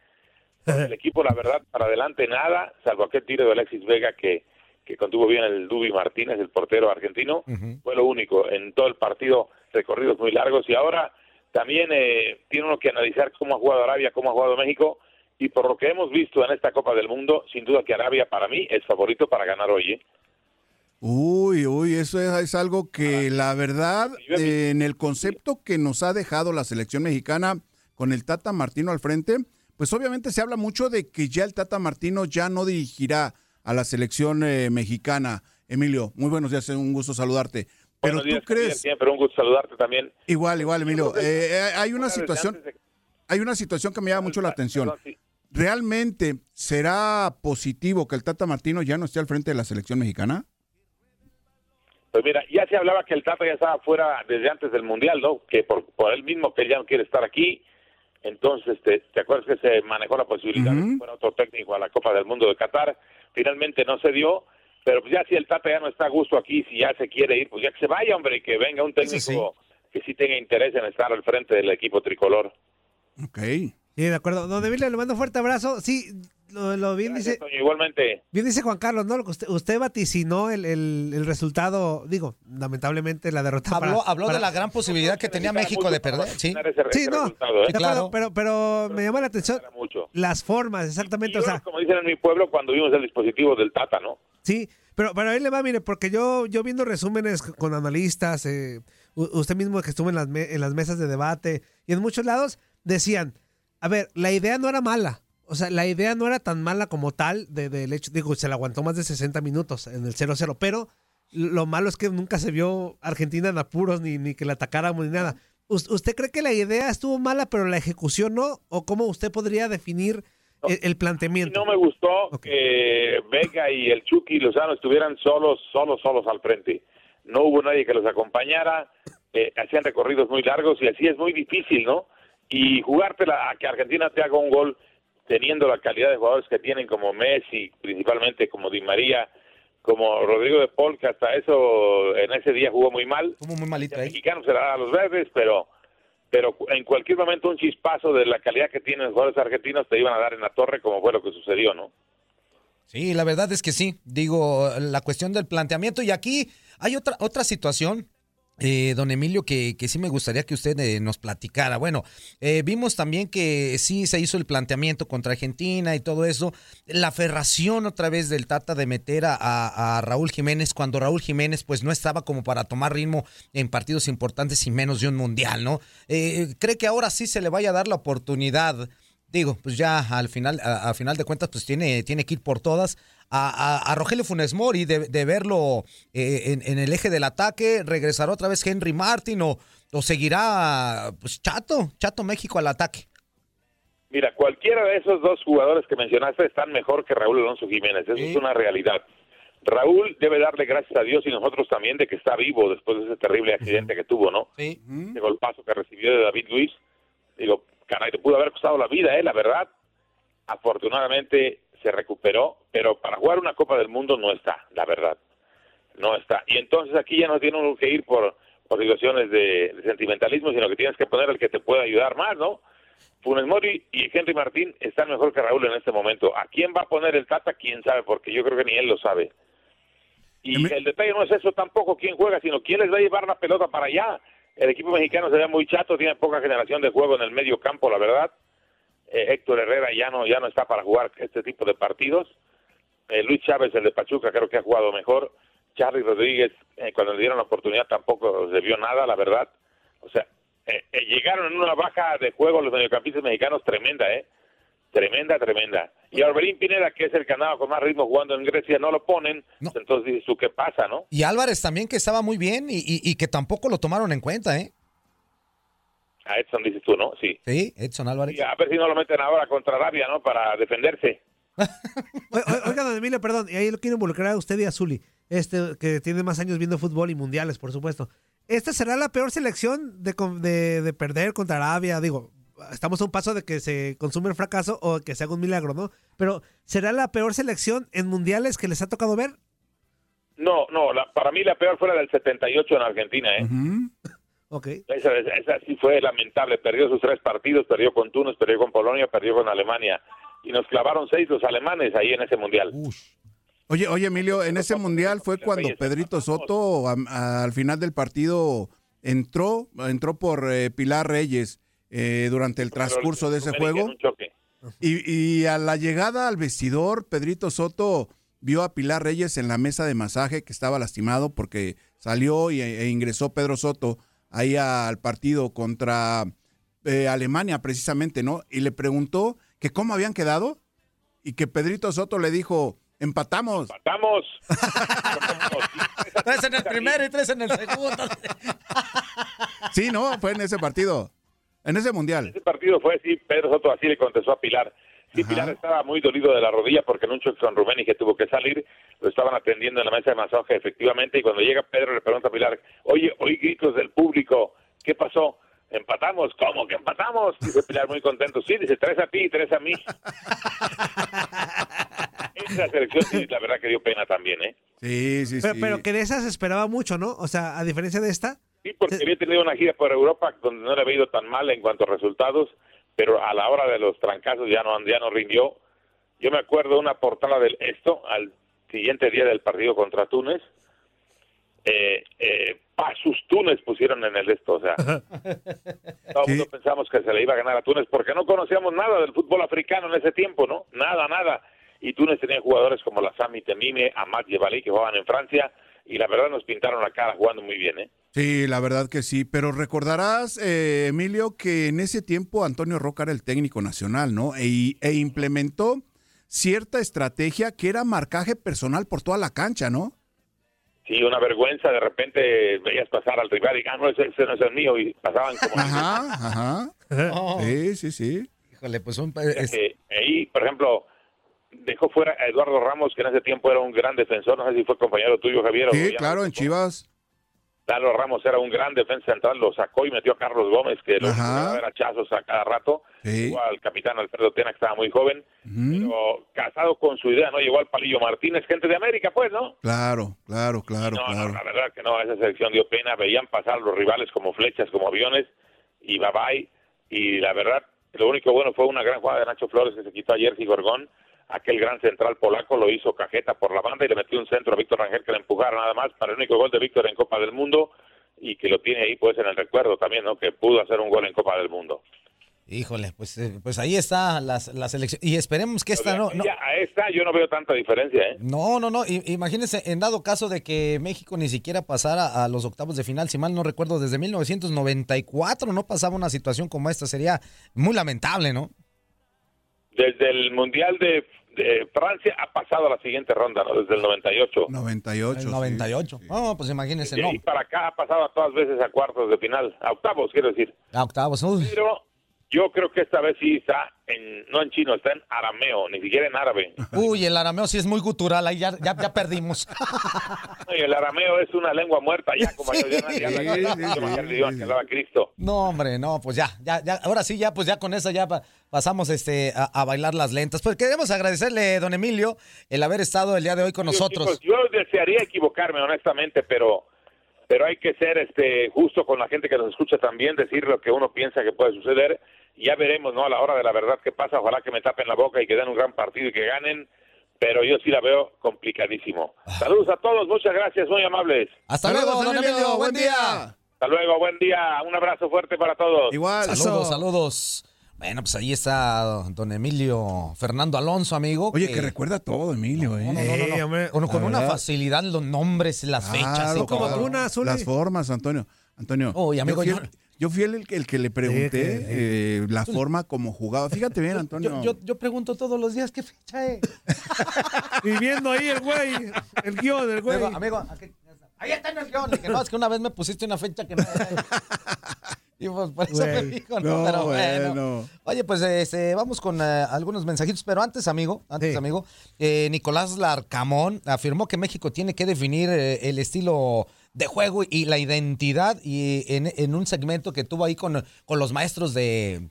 [SPEAKER 12] El equipo, la verdad, para adelante nada, salvo aquel tiro de Alexis Vega que, que contuvo bien el Dubi Martínez, el portero argentino, fue lo único en todo el partido, recorridos muy largos y ahora también eh, tiene uno que analizar cómo ha jugado Arabia, cómo ha jugado México y por lo que hemos visto en esta Copa del Mundo, sin duda que Arabia para mí es favorito para ganar hoy. ¿eh?
[SPEAKER 7] Uy, uy, eso es, es algo
[SPEAKER 12] Ah,
[SPEAKER 7] que la verdad, eh, en el concepto que nos ha dejado la selección mexicana con el Tata Martino al frente, pues obviamente se habla mucho de que ya el Tata Martino ya no dirigirá a la selección eh, mexicana. Emilio, muy buenos días, un gusto saludarte. Pero
[SPEAKER 12] Buenos días,
[SPEAKER 7] tú crees,
[SPEAKER 12] Javier, siempre un gusto saludarte también.
[SPEAKER 7] igual, igual, Emilio,
[SPEAKER 12] creo que-
[SPEAKER 7] eh, hay una situación, hay una situación que me llama mucho la atención. ¿Realmente será positivo que el Tata Martino ya no esté al frente de la selección mexicana?
[SPEAKER 12] Pues mira, ya se hablaba que el Tata ya estaba fuera desde antes del Mundial, ¿no? Que por, por él mismo que él ya no quiere estar aquí. Entonces, ¿te, te acuerdas que se manejó la posibilidad de que fuera otro técnico a la Copa del Mundo de Qatar? Finalmente no se dio, pero pues ya si el Tata ya no está a gusto aquí, si ya se quiere ir, pues ya que se vaya, hombre, y que venga un técnico que sí tenga interés en estar al frente del equipo tricolor.
[SPEAKER 7] Ok.
[SPEAKER 10] Sí, de acuerdo. Don Emilio, le mando un fuerte abrazo. Sí, lo, lo bien dice.
[SPEAKER 12] Toño, igualmente.
[SPEAKER 10] Bien dice Juan Carlos, ¿no? Lo que Usted, usted vaticinó el, el- el resultado, digo, lamentablemente la derrota.
[SPEAKER 6] Habló,
[SPEAKER 10] para-
[SPEAKER 6] habló
[SPEAKER 10] para-
[SPEAKER 6] de la gran posibilidad que tenía México de perder. Sí,
[SPEAKER 10] Sí, no.
[SPEAKER 12] resultado, ¿eh?
[SPEAKER 10] de acuerdo, pero, pero me llama la atención
[SPEAKER 12] mucho.
[SPEAKER 10] las formas, exactamente. O sea,
[SPEAKER 12] Como dicen en mi pueblo cuando vimos el dispositivo del Tata, ¿no?
[SPEAKER 10] Sí, pero, pero ahí le va, mire, porque yo, yo viendo resúmenes c- con analistas, eh, u- usted mismo que estuvo en las, me- en las mesas de debate y en muchos lados, decían, a ver, la idea no era mala. O sea, la idea no era tan mala como tal de- del hecho, digo, se la aguantó más de 60 minutos en el 0-0, pero lo malo es que nunca se vio Argentina en apuros ni, ni que la atacáramos ni nada. ¿Us- ¿Usted cree que la idea estuvo mala, pero la ejecución no? ¿O cómo usted podría definir el, el planteamiento?
[SPEAKER 12] No me gustó que Vega y el Chucky Lozano estuvieran solos, solos, solos al frente. No hubo nadie que los acompañara, eh, hacían recorridos muy largos y así es muy difícil, ¿no? y jugártela a que Argentina te haga un gol teniendo la calidad de jugadores que tienen como Messi, principalmente como Di María, como Rodrigo de Paul, que hasta eso en ese día jugó muy mal.
[SPEAKER 6] Como muy malito ahí.
[SPEAKER 12] mexicano se la da a los verdes, pero pero en cualquier momento un chispazo de la calidad que tienen los jugadores argentinos te iban a dar en la torre, como fue lo que sucedió, ¿no?
[SPEAKER 6] Sí, la verdad es que sí. Digo, la cuestión del planteamiento. Y aquí hay otra, otra situación, eh, don Emilio, que, que sí me gustaría que usted eh, nos platicara. Bueno, eh, vimos también que sí se hizo el planteamiento contra Argentina y todo eso. La aferración otra vez del Tata de meter a, a- a Raúl Jiménez cuando Raúl Jiménez pues no estaba como para tomar ritmo en partidos importantes y menos de un mundial, ¿no? Eh, ¿Cree que ahora sí se le vaya a dar la oportunidad? digo, pues ya al final, a, a final de cuentas, pues tiene, tiene que ir por todas. A, a- a Rogelio Funes Mori de, de verlo eh, en, en el eje del ataque, regresará otra vez Henry Martin o, o seguirá pues Chato, Chato México al ataque.
[SPEAKER 12] Mira, cualquiera de esos dos jugadores que mencionaste están mejor que Raúl Alonso Jiménez, eso es una realidad. Raúl debe darle gracias a Dios y nosotros también de que está vivo después de ese terrible accidente que tuvo, ¿no?
[SPEAKER 6] Sí.
[SPEAKER 12] Ese golpazo que recibió de David Luis. Digo, caray, le pudo haber costado la vida, ¿eh? La verdad, afortunadamente se recuperó, pero para jugar una Copa del Mundo no está, la verdad. No está. Y entonces aquí ya no tiene uno que ir por, por situaciones de, de sentimentalismo, sino que tienes que poner el que te pueda ayudar más, ¿no? Funes Mori y Henry Martín están mejor que Raúl en este momento. ¿A quién va a poner el Tata? ¿Quién sabe? Porque yo creo que ni él lo sabe. Y el detalle no es eso tampoco, quién juega, sino quién les va a llevar la pelota para allá. El equipo mexicano se ve muy chato, tiene poca generación de juego en el medio campo, la verdad. Eh, Héctor Herrera ya no, ya no está para jugar este tipo de partidos. Eh, Luis Chávez, el de Pachuca, creo que ha jugado mejor. Charly Rodríguez, eh, cuando le dieron la oportunidad tampoco se vio nada, la verdad. O sea, eh, eh, llegaron en una baja de juego los mediocampistas mexicanos tremenda, ¿eh? Tremenda, tremenda. Y Orbelín Pineda, que es el que andaba con más ritmo jugando en Grecia, no lo ponen. Pues Entonces dices tú, ¿qué pasa, no?
[SPEAKER 6] Y Álvarez también que estaba muy bien y, y- y que tampoco lo tomaron en cuenta, ¿eh?
[SPEAKER 12] A Edson dices tú, ¿no? Sí.
[SPEAKER 6] Sí, Edson Álvarez.
[SPEAKER 12] Y a ver si no lo meten ahora contra Arabia, ¿no? Para defenderse.
[SPEAKER 10] O- Oiga, don Emilio, perdón, y ahí lo quiero involucrar a usted y a Zuli, este, que tiene más años viendo fútbol y mundiales, por supuesto. ¿Esta será la peor selección de, con- de- de perder contra Arabia? Digo, estamos a un paso de que se consume el fracaso o que se haga un milagro, ¿no? Pero ¿será la peor selección en mundiales que les ha tocado ver?
[SPEAKER 12] No, no, la- para mí la peor fue la del 78 en Argentina, ¿eh?
[SPEAKER 7] Mm.
[SPEAKER 10] Ok.
[SPEAKER 12] Esa, esa sí fue lamentable. Perdió sus tres partidos, perdió con Túnez, perdió con Polonia, perdió con Alemania. Y nos clavaron seis los alemanes ahí en ese mundial.
[SPEAKER 7] Oye, oye, Emilio, en ese mundial fue cuando Pedrito Soto am- al final del partido entró, entró por eh, Pilar Reyes eh, durante el transcurso de ese juego. Y, y a la llegada al vestidor, Pedrito Soto vio a Pilar Reyes en la mesa de masaje que estaba lastimado porque salió y, e ingresó Pedro Soto ahí al partido contra eh, Alemania precisamente, ¿no? Y le preguntó que cómo habían quedado y que Pedrito Soto le dijo, empatamos.
[SPEAKER 12] Empatamos.
[SPEAKER 6] tres en el primero y tres en el segundo.
[SPEAKER 7] Sí, no, fue en ese partido, en ese mundial.
[SPEAKER 12] Ese partido fue así, Pedro Soto así le contestó a Pilar. Sí, Pilar estaba muy dolido de la rodilla porque en un choque con Rumeni que tuvo que salir, lo estaban atendiendo en la mesa de masaje efectivamente y cuando llega Pedro le pregunta a Pilar, oye, oí gritos del público, ¿qué pasó? Empatamos, ¿cómo que empatamos? Dice Pilar muy contento, sí, dice, tres a ti y tres a mí. Esa selección sí, la verdad que dio pena también, ¿eh?
[SPEAKER 7] Sí, sí,
[SPEAKER 10] Pero,
[SPEAKER 12] sí.
[SPEAKER 10] pero que de esas se esperaba mucho, ¿no? O sea, a diferencia de esta.
[SPEAKER 12] Sí, porque había tenido una gira por Europa donde no le había ido tan mal en cuanto a resultados, pero a la hora de los trancazos ya no, ya no rindió. Yo me acuerdo una portada del esto al siguiente día del partido contra Túnez. Eh, eh, Pasus Túnez pusieron en el esto, o sea, todo el mundo pensamos que se le iba a ganar a Túnez porque no conocíamos nada del fútbol africano en ese tiempo, ¿no? Nada, nada. Y Túnez tenía jugadores como la Sami Temime, Amat Yebalí que jugaban en Francia y la verdad nos pintaron la cara jugando muy bien, ¿eh?
[SPEAKER 7] Sí, la verdad que sí, pero recordarás, eh, Emilio, que en ese tiempo Antonio Roca era el técnico nacional, ¿no? E, e implementó cierta estrategia que era marcaje personal por toda la cancha, ¿no?
[SPEAKER 12] Sí, una vergüenza, de repente veías pasar al rival y, ah, no, ese, ese no es el mío, y pasaban
[SPEAKER 7] [LAUGHS]
[SPEAKER 12] como...
[SPEAKER 7] Ajá, ajá.
[SPEAKER 6] [LAUGHS]
[SPEAKER 7] Sí, sí, sí.
[SPEAKER 6] Híjole, pues un...
[SPEAKER 12] Eh, ahí, por ejemplo, dejó fuera a Eduardo Ramos, que en ese tiempo era un gran defensor, no sé si fue compañero tuyo, Javier. o
[SPEAKER 7] Sí,
[SPEAKER 12] ya.
[SPEAKER 7] claro, en Chivas.
[SPEAKER 12] Lalo Ramos era un gran defensa central, lo sacó y metió a Carlos Gómez, que lo jugaba a ver hachazos a cada rato.
[SPEAKER 7] Sí.
[SPEAKER 12] Jugó al capitán Alfredo Tena, que estaba muy joven. Pero casado con su idea, ¿no? Llegó al Palillo Martínez, gente de América, pues, ¿no?
[SPEAKER 7] Claro, claro, claro,
[SPEAKER 12] No,
[SPEAKER 7] claro.
[SPEAKER 12] no, la verdad que no, esa selección dio pena, veían pasar a los rivales como flechas, como aviones, y bye bye, y la verdad, lo único bueno fue una gran jugada de Nacho Flores que se quitó ayer y Gorgón, aquel gran central polaco lo hizo cajeta por la banda y le metió un centro a Víctor Rangel que le empujaron nada más para el único gol de Víctor en Copa del Mundo, y que lo tiene ahí pues en el recuerdo también, ¿no? Que pudo hacer un gol en Copa del Mundo.
[SPEAKER 6] Híjole, pues, eh, pues ahí está la, la selección. Y esperemos que esta no. no.
[SPEAKER 12] Ya, a esta yo no veo tanta diferencia, ¿eh?
[SPEAKER 6] No, no, no. i- Imagínense, en dado caso de que México ni siquiera pasara a los octavos de final, si mal no recuerdo, desde 1994 no pasaba una situación como esta. Sería muy lamentable, ¿no?
[SPEAKER 12] Desde el Mundial de, de Francia ha pasado a la siguiente ronda, ¿no? Desde el 98.
[SPEAKER 7] 98.
[SPEAKER 6] El 98. No, pues imagínense,
[SPEAKER 12] De
[SPEAKER 6] no.
[SPEAKER 12] ahí para acá ha pasado a todas veces a cuartos de final, a octavos, quiero decir.
[SPEAKER 6] A octavos. uy.
[SPEAKER 12] Pero yo creo que esta vez sí está en, no en chino, está en arameo, ni siquiera en
[SPEAKER 6] [LAUGHS]
[SPEAKER 12] árabe.
[SPEAKER 6] Uy, el arameo sí es muy cultural. Ahí ya, ya, ya perdimos. [LAUGHS]
[SPEAKER 12] Y el arameo es una lengua muerta, ya como yo ya nadie habla,
[SPEAKER 6] Sí, sí,
[SPEAKER 12] como ya el idioma que hablaba Cristo.
[SPEAKER 6] No, hombre, no, pues ya, ya, ya, ahora sí, ya, pues ya con eso ya pa- pasamos este a, a bailar las lentas. Pues queremos agradecerle, don Emilio, el haber estado el día de hoy con
[SPEAKER 12] Digo,
[SPEAKER 6] nosotros.
[SPEAKER 12] chicos, yo desearía equivocarme, honestamente, pero pero hay que ser este justo con la gente que nos escucha también, decir lo que uno piensa que puede suceder. y Ya veremos, ¿no? A la hora de la verdad qué pasa. Ojalá que me tapen la boca y que den un gran partido y que ganen. Pero yo sí la veo complicadísimo. Saludos a todos, muchas gracias, muy amables.
[SPEAKER 6] Hasta luego, don Emilio, buen día.
[SPEAKER 12] Hasta luego, buen día. Un abrazo fuerte para todos.
[SPEAKER 6] Saludos, saludos. Bueno, pues ahí está don Emilio Fernando Alonso, amigo.
[SPEAKER 7] Oye, que recuerda todo, Emilio, ¿eh?
[SPEAKER 6] No, no, no, no, no. Uno con
[SPEAKER 7] La
[SPEAKER 6] una
[SPEAKER 7] verdad.
[SPEAKER 6] facilidad, los nombres, las fechas.
[SPEAKER 7] Claro,
[SPEAKER 6] así como
[SPEAKER 7] claro.
[SPEAKER 6] tú.
[SPEAKER 7] Las formas, Antonio. Antonio.
[SPEAKER 6] Oye, amigo,
[SPEAKER 7] yo
[SPEAKER 6] yo-
[SPEAKER 7] fui, el, yo fui el, el que- el que le pregunté
[SPEAKER 6] Sí,
[SPEAKER 7] eh, la forma como jugaba. Fíjate bien, Antonio.
[SPEAKER 6] Yo, yo- yo pregunto todos los días qué fecha eh. es.
[SPEAKER 10] Viviendo ahí el güey, el guión, el güey.
[SPEAKER 6] Amigo, amigo, ¿a qué- ahí está en el guión. Le dije, no, es que una vez me pusiste una fecha que no era. [LAUGHS] Y pues por eso me
[SPEAKER 7] Güey.
[SPEAKER 6] dijo, no,
[SPEAKER 7] No,
[SPEAKER 6] pero bueno.
[SPEAKER 7] bueno.
[SPEAKER 6] Oye, pues este, vamos con eh, algunos mensajitos, pero antes, amigo, antes, amigo, eh, Nicolás Larcamón afirmó que México tiene que definir eh, el estilo de juego y la identidad y en, en un segmento que tuvo ahí con, con los maestros de,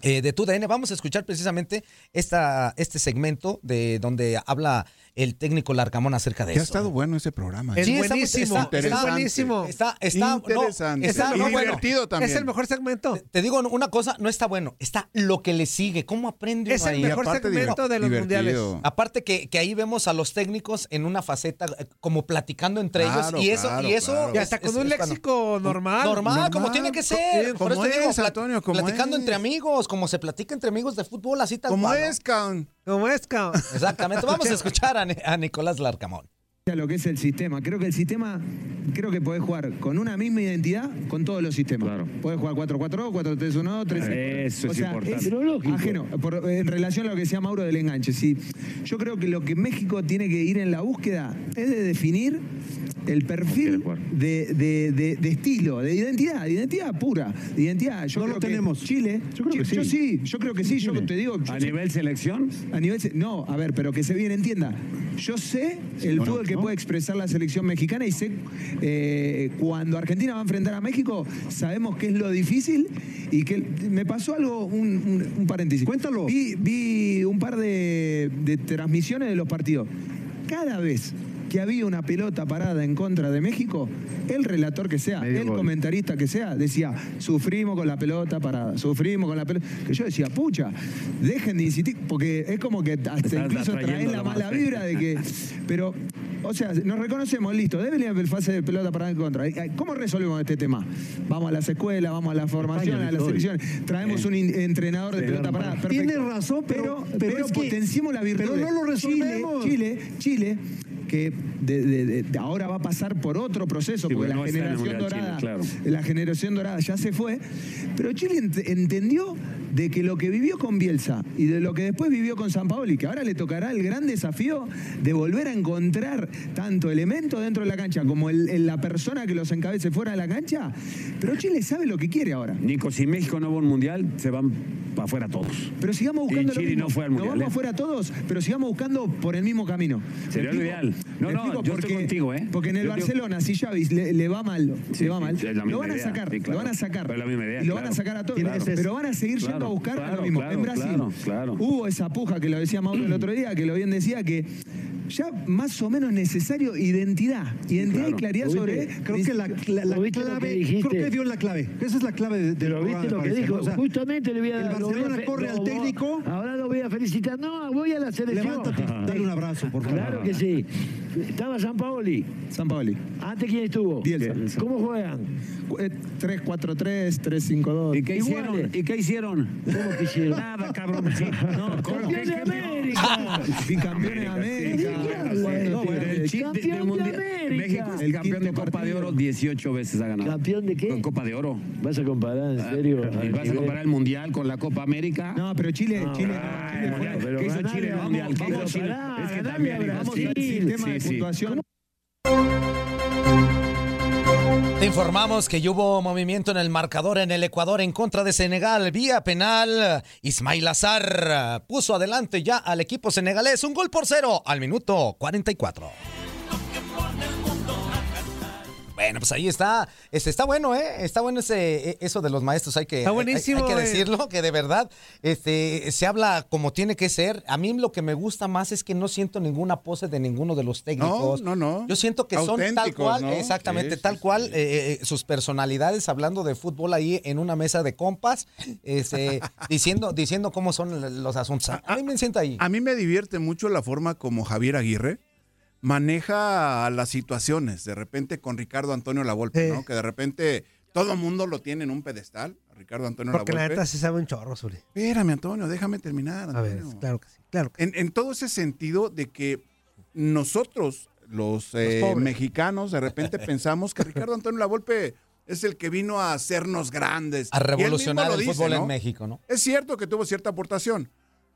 [SPEAKER 6] eh, de TUDN. Vamos a escuchar precisamente esta, este segmento de donde habla el técnico Larcamón acerca de
[SPEAKER 7] Ya ha
[SPEAKER 6] eso.
[SPEAKER 7] estado bueno ese programa. ¿eh?
[SPEAKER 6] Sí, está- está- está- Está, está,
[SPEAKER 7] Interesante.
[SPEAKER 6] No, está
[SPEAKER 7] Y
[SPEAKER 6] no bueno.
[SPEAKER 7] divertido también.
[SPEAKER 6] mejor segmento. Te, te digo una cosa, no está bueno. Está lo que le sigue. ¿Cómo aprende
[SPEAKER 10] Es
[SPEAKER 6] uno
[SPEAKER 10] el
[SPEAKER 6] ahí?
[SPEAKER 10] mejor Y aparte segmento de los divertido. mundiales.
[SPEAKER 6] Aparte que, que ahí vemos a los técnicos en una faceta eh, como platicando entre
[SPEAKER 10] Claro,
[SPEAKER 6] ellos. Y eso,
[SPEAKER 10] claro,
[SPEAKER 6] y eso.
[SPEAKER 10] claro. Y hasta con un
[SPEAKER 6] cuando-
[SPEAKER 10] léxico normal.
[SPEAKER 6] Normal, como
[SPEAKER 10] Normal,
[SPEAKER 6] tiene que
[SPEAKER 10] co- sí,
[SPEAKER 6] ser.
[SPEAKER 10] como
[SPEAKER 6] Por eso te
[SPEAKER 10] es,
[SPEAKER 6] digo, plat-
[SPEAKER 10] Antonio, como
[SPEAKER 6] platicando
[SPEAKER 10] es.
[SPEAKER 6] entre amigos, como se platica entre amigos de fútbol, así tal
[SPEAKER 10] Como
[SPEAKER 6] cual, ¿no?
[SPEAKER 10] es, Como es,
[SPEAKER 4] [LAUGHS]
[SPEAKER 10] cabrón.
[SPEAKER 6] Exactamente. Vamos
[SPEAKER 10] [LAUGHS]
[SPEAKER 6] a escuchar a, Ni- a Nicolás Larcamón.
[SPEAKER 13] a lo que es el sistema. Creo que el sistema, creo que podés jugar con una misma identidad con todos los sistemas. Podés jugar 4-4-2, 4-3-1, 3
[SPEAKER 14] Eso es
[SPEAKER 13] o sea,
[SPEAKER 14] importante.
[SPEAKER 13] es ajeno. Por- en relación a lo que decía Mauro del enganche, sí. Yo creo que lo que México tiene que ir en la búsqueda es de definir el perfil de, de- de- de estilo, de identidad, de identidad pura, de identidad. Yo creo que Chile, yo
[SPEAKER 14] que
[SPEAKER 13] creo
[SPEAKER 14] sí.
[SPEAKER 13] Yo sí, yo creo que sí, yo te digo. ¿A nivel selección? A nivel, se- no, a ver, pero que se bien entienda. Yo sé el
[SPEAKER 14] bueno,
[SPEAKER 13] fútbol que puede expresar la selección mexicana y sé eh, cuando Argentina va a enfrentar a México, sabemos qué es lo difícil y que me pasó algo, un, un- un paréntesis. Cuéntalo. Vi, vi un par de, de transmisiones de los partidos. Cada vez que había una pelota parada en contra de México, el relator que sea, el comentarista que sea, decía, sufrimos con la pelota parada, sufrimos con la pelota. Que yo decía, pucha, dejen de insistir, porque es como que hasta incluso traen
[SPEAKER 14] atrayendo
[SPEAKER 13] la
[SPEAKER 14] nomás.
[SPEAKER 13] mala vibra de que. Pero, o sea, nos reconocemos, listo, debe venir la fase de pelota parada en contra. Eh, ¿Cómo resolvemos este tema? Vamos a las escuelas, vamos a la formación,
[SPEAKER 14] España,
[SPEAKER 13] a las
[SPEAKER 14] hoy. Eh.
[SPEAKER 13] selecciones, traemos un in- entrenador de
[SPEAKER 14] Se
[SPEAKER 13] pelota
[SPEAKER 14] agarran
[SPEAKER 13] parada.
[SPEAKER 14] para-
[SPEAKER 13] perfecto.
[SPEAKER 14] Tiene razón, pero- pero es que-
[SPEAKER 13] potenciemos la virtud.
[SPEAKER 14] pero no lo resolvemos.
[SPEAKER 13] Chile, Chile, Chile, que de- de- de- de ahora va a pasar por otro proceso,
[SPEAKER 14] Sí,
[SPEAKER 13] porque
[SPEAKER 14] bueno, no
[SPEAKER 13] la
[SPEAKER 14] está en el
[SPEAKER 13] generación
[SPEAKER 14] Mundial
[SPEAKER 13] dorada,
[SPEAKER 14] Chile, claro.
[SPEAKER 13] la generación dorada ya se fue, pero Chile ent- entendió de que lo que vivió con Bielsa y de lo que después vivió con San Paolo y que ahora le tocará el gran desafío de volver a encontrar tanto elementos dentro de la cancha como el- el- la persona que los encabece fuera de la cancha, pero Chile sabe lo que quiere ahora.
[SPEAKER 15] Nico, si México no va a un mundial, se van para afuera todos.
[SPEAKER 13] Pero sigamos buscando
[SPEAKER 15] Y
[SPEAKER 13] lo
[SPEAKER 15] Chile
[SPEAKER 13] mismo.
[SPEAKER 15] no fue al
[SPEAKER 13] Nos
[SPEAKER 15] mundial.
[SPEAKER 13] vamos
[SPEAKER 15] ¿eh?
[SPEAKER 13] afuera todos, pero sigamos buscando por el mismo camino.
[SPEAKER 15] Sería
[SPEAKER 13] ¿Me
[SPEAKER 15] lo
[SPEAKER 13] explico?
[SPEAKER 15] ideal. No,
[SPEAKER 13] ¿Me
[SPEAKER 15] no,
[SPEAKER 13] explico?
[SPEAKER 15] yo estoy contigo, ¿eh?
[SPEAKER 13] Porque en el
[SPEAKER 15] Yo digo-
[SPEAKER 13] Barcelona, si Xavi le, le va mal,
[SPEAKER 15] Sí,
[SPEAKER 13] le va
[SPEAKER 15] sí,
[SPEAKER 13] mal,
[SPEAKER 15] es la misma
[SPEAKER 13] lo van a
[SPEAKER 15] idea,
[SPEAKER 13] sacar,
[SPEAKER 15] sí, claro.
[SPEAKER 13] lo van a sacar.
[SPEAKER 15] Es la misma idea,
[SPEAKER 13] y lo
[SPEAKER 15] claro.
[SPEAKER 13] van a sacar a todos,
[SPEAKER 15] Tiene que ser-
[SPEAKER 13] pero van a seguir yendo
[SPEAKER 15] claro,
[SPEAKER 13] a buscar
[SPEAKER 15] claro,
[SPEAKER 13] lo mismo.
[SPEAKER 15] claro,
[SPEAKER 13] en Brasil
[SPEAKER 15] claro, claro.
[SPEAKER 13] hubo esa puja que lo decía Mauro el otro día, que lo bien decía que ya más o menos necesario identidad, identidad y
[SPEAKER 16] Claro.
[SPEAKER 13] claridad
[SPEAKER 16] ¿Lo
[SPEAKER 13] sobre
[SPEAKER 16] viste? Creo que la, la- la
[SPEAKER 13] ¿Lo viste lo que
[SPEAKER 16] clave,
[SPEAKER 13] dijiste?
[SPEAKER 16] creo que dio la clave. Esa es la clave de, del
[SPEAKER 17] Pero viste
[SPEAKER 16] programa,
[SPEAKER 17] Este lo
[SPEAKER 16] me
[SPEAKER 17] que
[SPEAKER 16] parece,
[SPEAKER 17] dijo,
[SPEAKER 16] ¿no? O sea,
[SPEAKER 17] justamente le voy a
[SPEAKER 16] el
[SPEAKER 17] lo voy a
[SPEAKER 16] Barcelona
[SPEAKER 17] fe-
[SPEAKER 16] corre
[SPEAKER 17] lo-
[SPEAKER 16] al técnico.
[SPEAKER 17] Ahora lo voy a felicitar. No, voy a la selección.
[SPEAKER 16] Levántate, dale un abrazo, por favor.
[SPEAKER 17] Claro que sí. Estaba San Paoli.
[SPEAKER 13] San Paoli.
[SPEAKER 17] ¿Antes quién estuvo? ¿Cómo juegan?
[SPEAKER 13] eh, 3-4-3, 3-5-2.
[SPEAKER 17] ¿Y qué hicieron?
[SPEAKER 13] ¿Y qué hicieron? ¿Cómo que hicieron? Nada, cabrón. No,
[SPEAKER 17] ¡Campeón
[SPEAKER 15] [LAUGHS]
[SPEAKER 17] de América!
[SPEAKER 13] Y campeón de América.
[SPEAKER 15] No, bueno, el chip de- del mundial. México es campeón de Copa de Oro 18 veces ha ganado. ¿Campeón de qué? Copa de Oro. Ah,
[SPEAKER 17] ¿Vas a comparar, en serio?
[SPEAKER 15] ¿Y vas a comparar el mundial con la Copa América?
[SPEAKER 13] No, pero Chile,
[SPEAKER 15] Chile, ¿Qué hizo Chile en el mundial? ¿Qué hizo
[SPEAKER 13] vamos,
[SPEAKER 15] Chile?
[SPEAKER 13] pará,
[SPEAKER 15] Es que
[SPEAKER 13] ganarle
[SPEAKER 15] también
[SPEAKER 13] a Brasil. Sistema de puntuación.
[SPEAKER 6] Te informamos que ya hubo movimiento en el marcador en el Ecuador en contra de Senegal. Vía penal, Ismail Azar puso adelante ya al equipo senegalés un gol por cero al minuto 44. Bueno, pues ahí está. Este, está bueno, ¿eh? Está bueno ese, eh, eso de los maestros. Hay que,
[SPEAKER 4] Está
[SPEAKER 6] hay- hay-
[SPEAKER 4] buenísimo,
[SPEAKER 6] hay que
[SPEAKER 4] eh.
[SPEAKER 6] decirlo, que de verdad este, se habla como tiene que ser. A mí lo que me gusta más es que no siento ninguna pose de ninguno de los técnicos.
[SPEAKER 7] no, no.
[SPEAKER 6] Yo siento que son tal
[SPEAKER 7] Auténticos,
[SPEAKER 6] cual,
[SPEAKER 7] ¿no?
[SPEAKER 6] exactamente,
[SPEAKER 7] Sí,
[SPEAKER 6] tal cual eh, eh, sus personalidades hablando de fútbol ahí en una mesa de compas, este, diciendo, diciendo cómo son los asuntos. A mí me siento ahí.
[SPEAKER 7] A mí me divierte mucho la forma como Javier Aguirre maneja las situaciones. De repente con Ricardo Antonio Lavolpe, ¿no? Que de repente todo mundo lo tiene en un pedestal. a Ricardo Antonio
[SPEAKER 4] Porque la
[SPEAKER 7] Lavolpe.
[SPEAKER 4] neta se sabe un chorro, Zuli.
[SPEAKER 7] Espérame, Antonio, déjame terminar.
[SPEAKER 4] A ver,
[SPEAKER 7] Antonio.
[SPEAKER 4] claro que sí.
[SPEAKER 7] En, en todo ese sentido de que nosotros, los, eh,
[SPEAKER 4] pobres.
[SPEAKER 7] mexicanos,
[SPEAKER 4] [LAUGHS]
[SPEAKER 7] de repente pensamos que Ricardo Antonio Lavolpe es el que vino a hacernos grandes.
[SPEAKER 6] A
[SPEAKER 7] Y él mismo
[SPEAKER 6] revolucionar
[SPEAKER 7] lo
[SPEAKER 6] el
[SPEAKER 7] dice,
[SPEAKER 6] fútbol en
[SPEAKER 7] ¿no?
[SPEAKER 6] México, ¿no?
[SPEAKER 7] Es cierto que tuvo cierta aportación,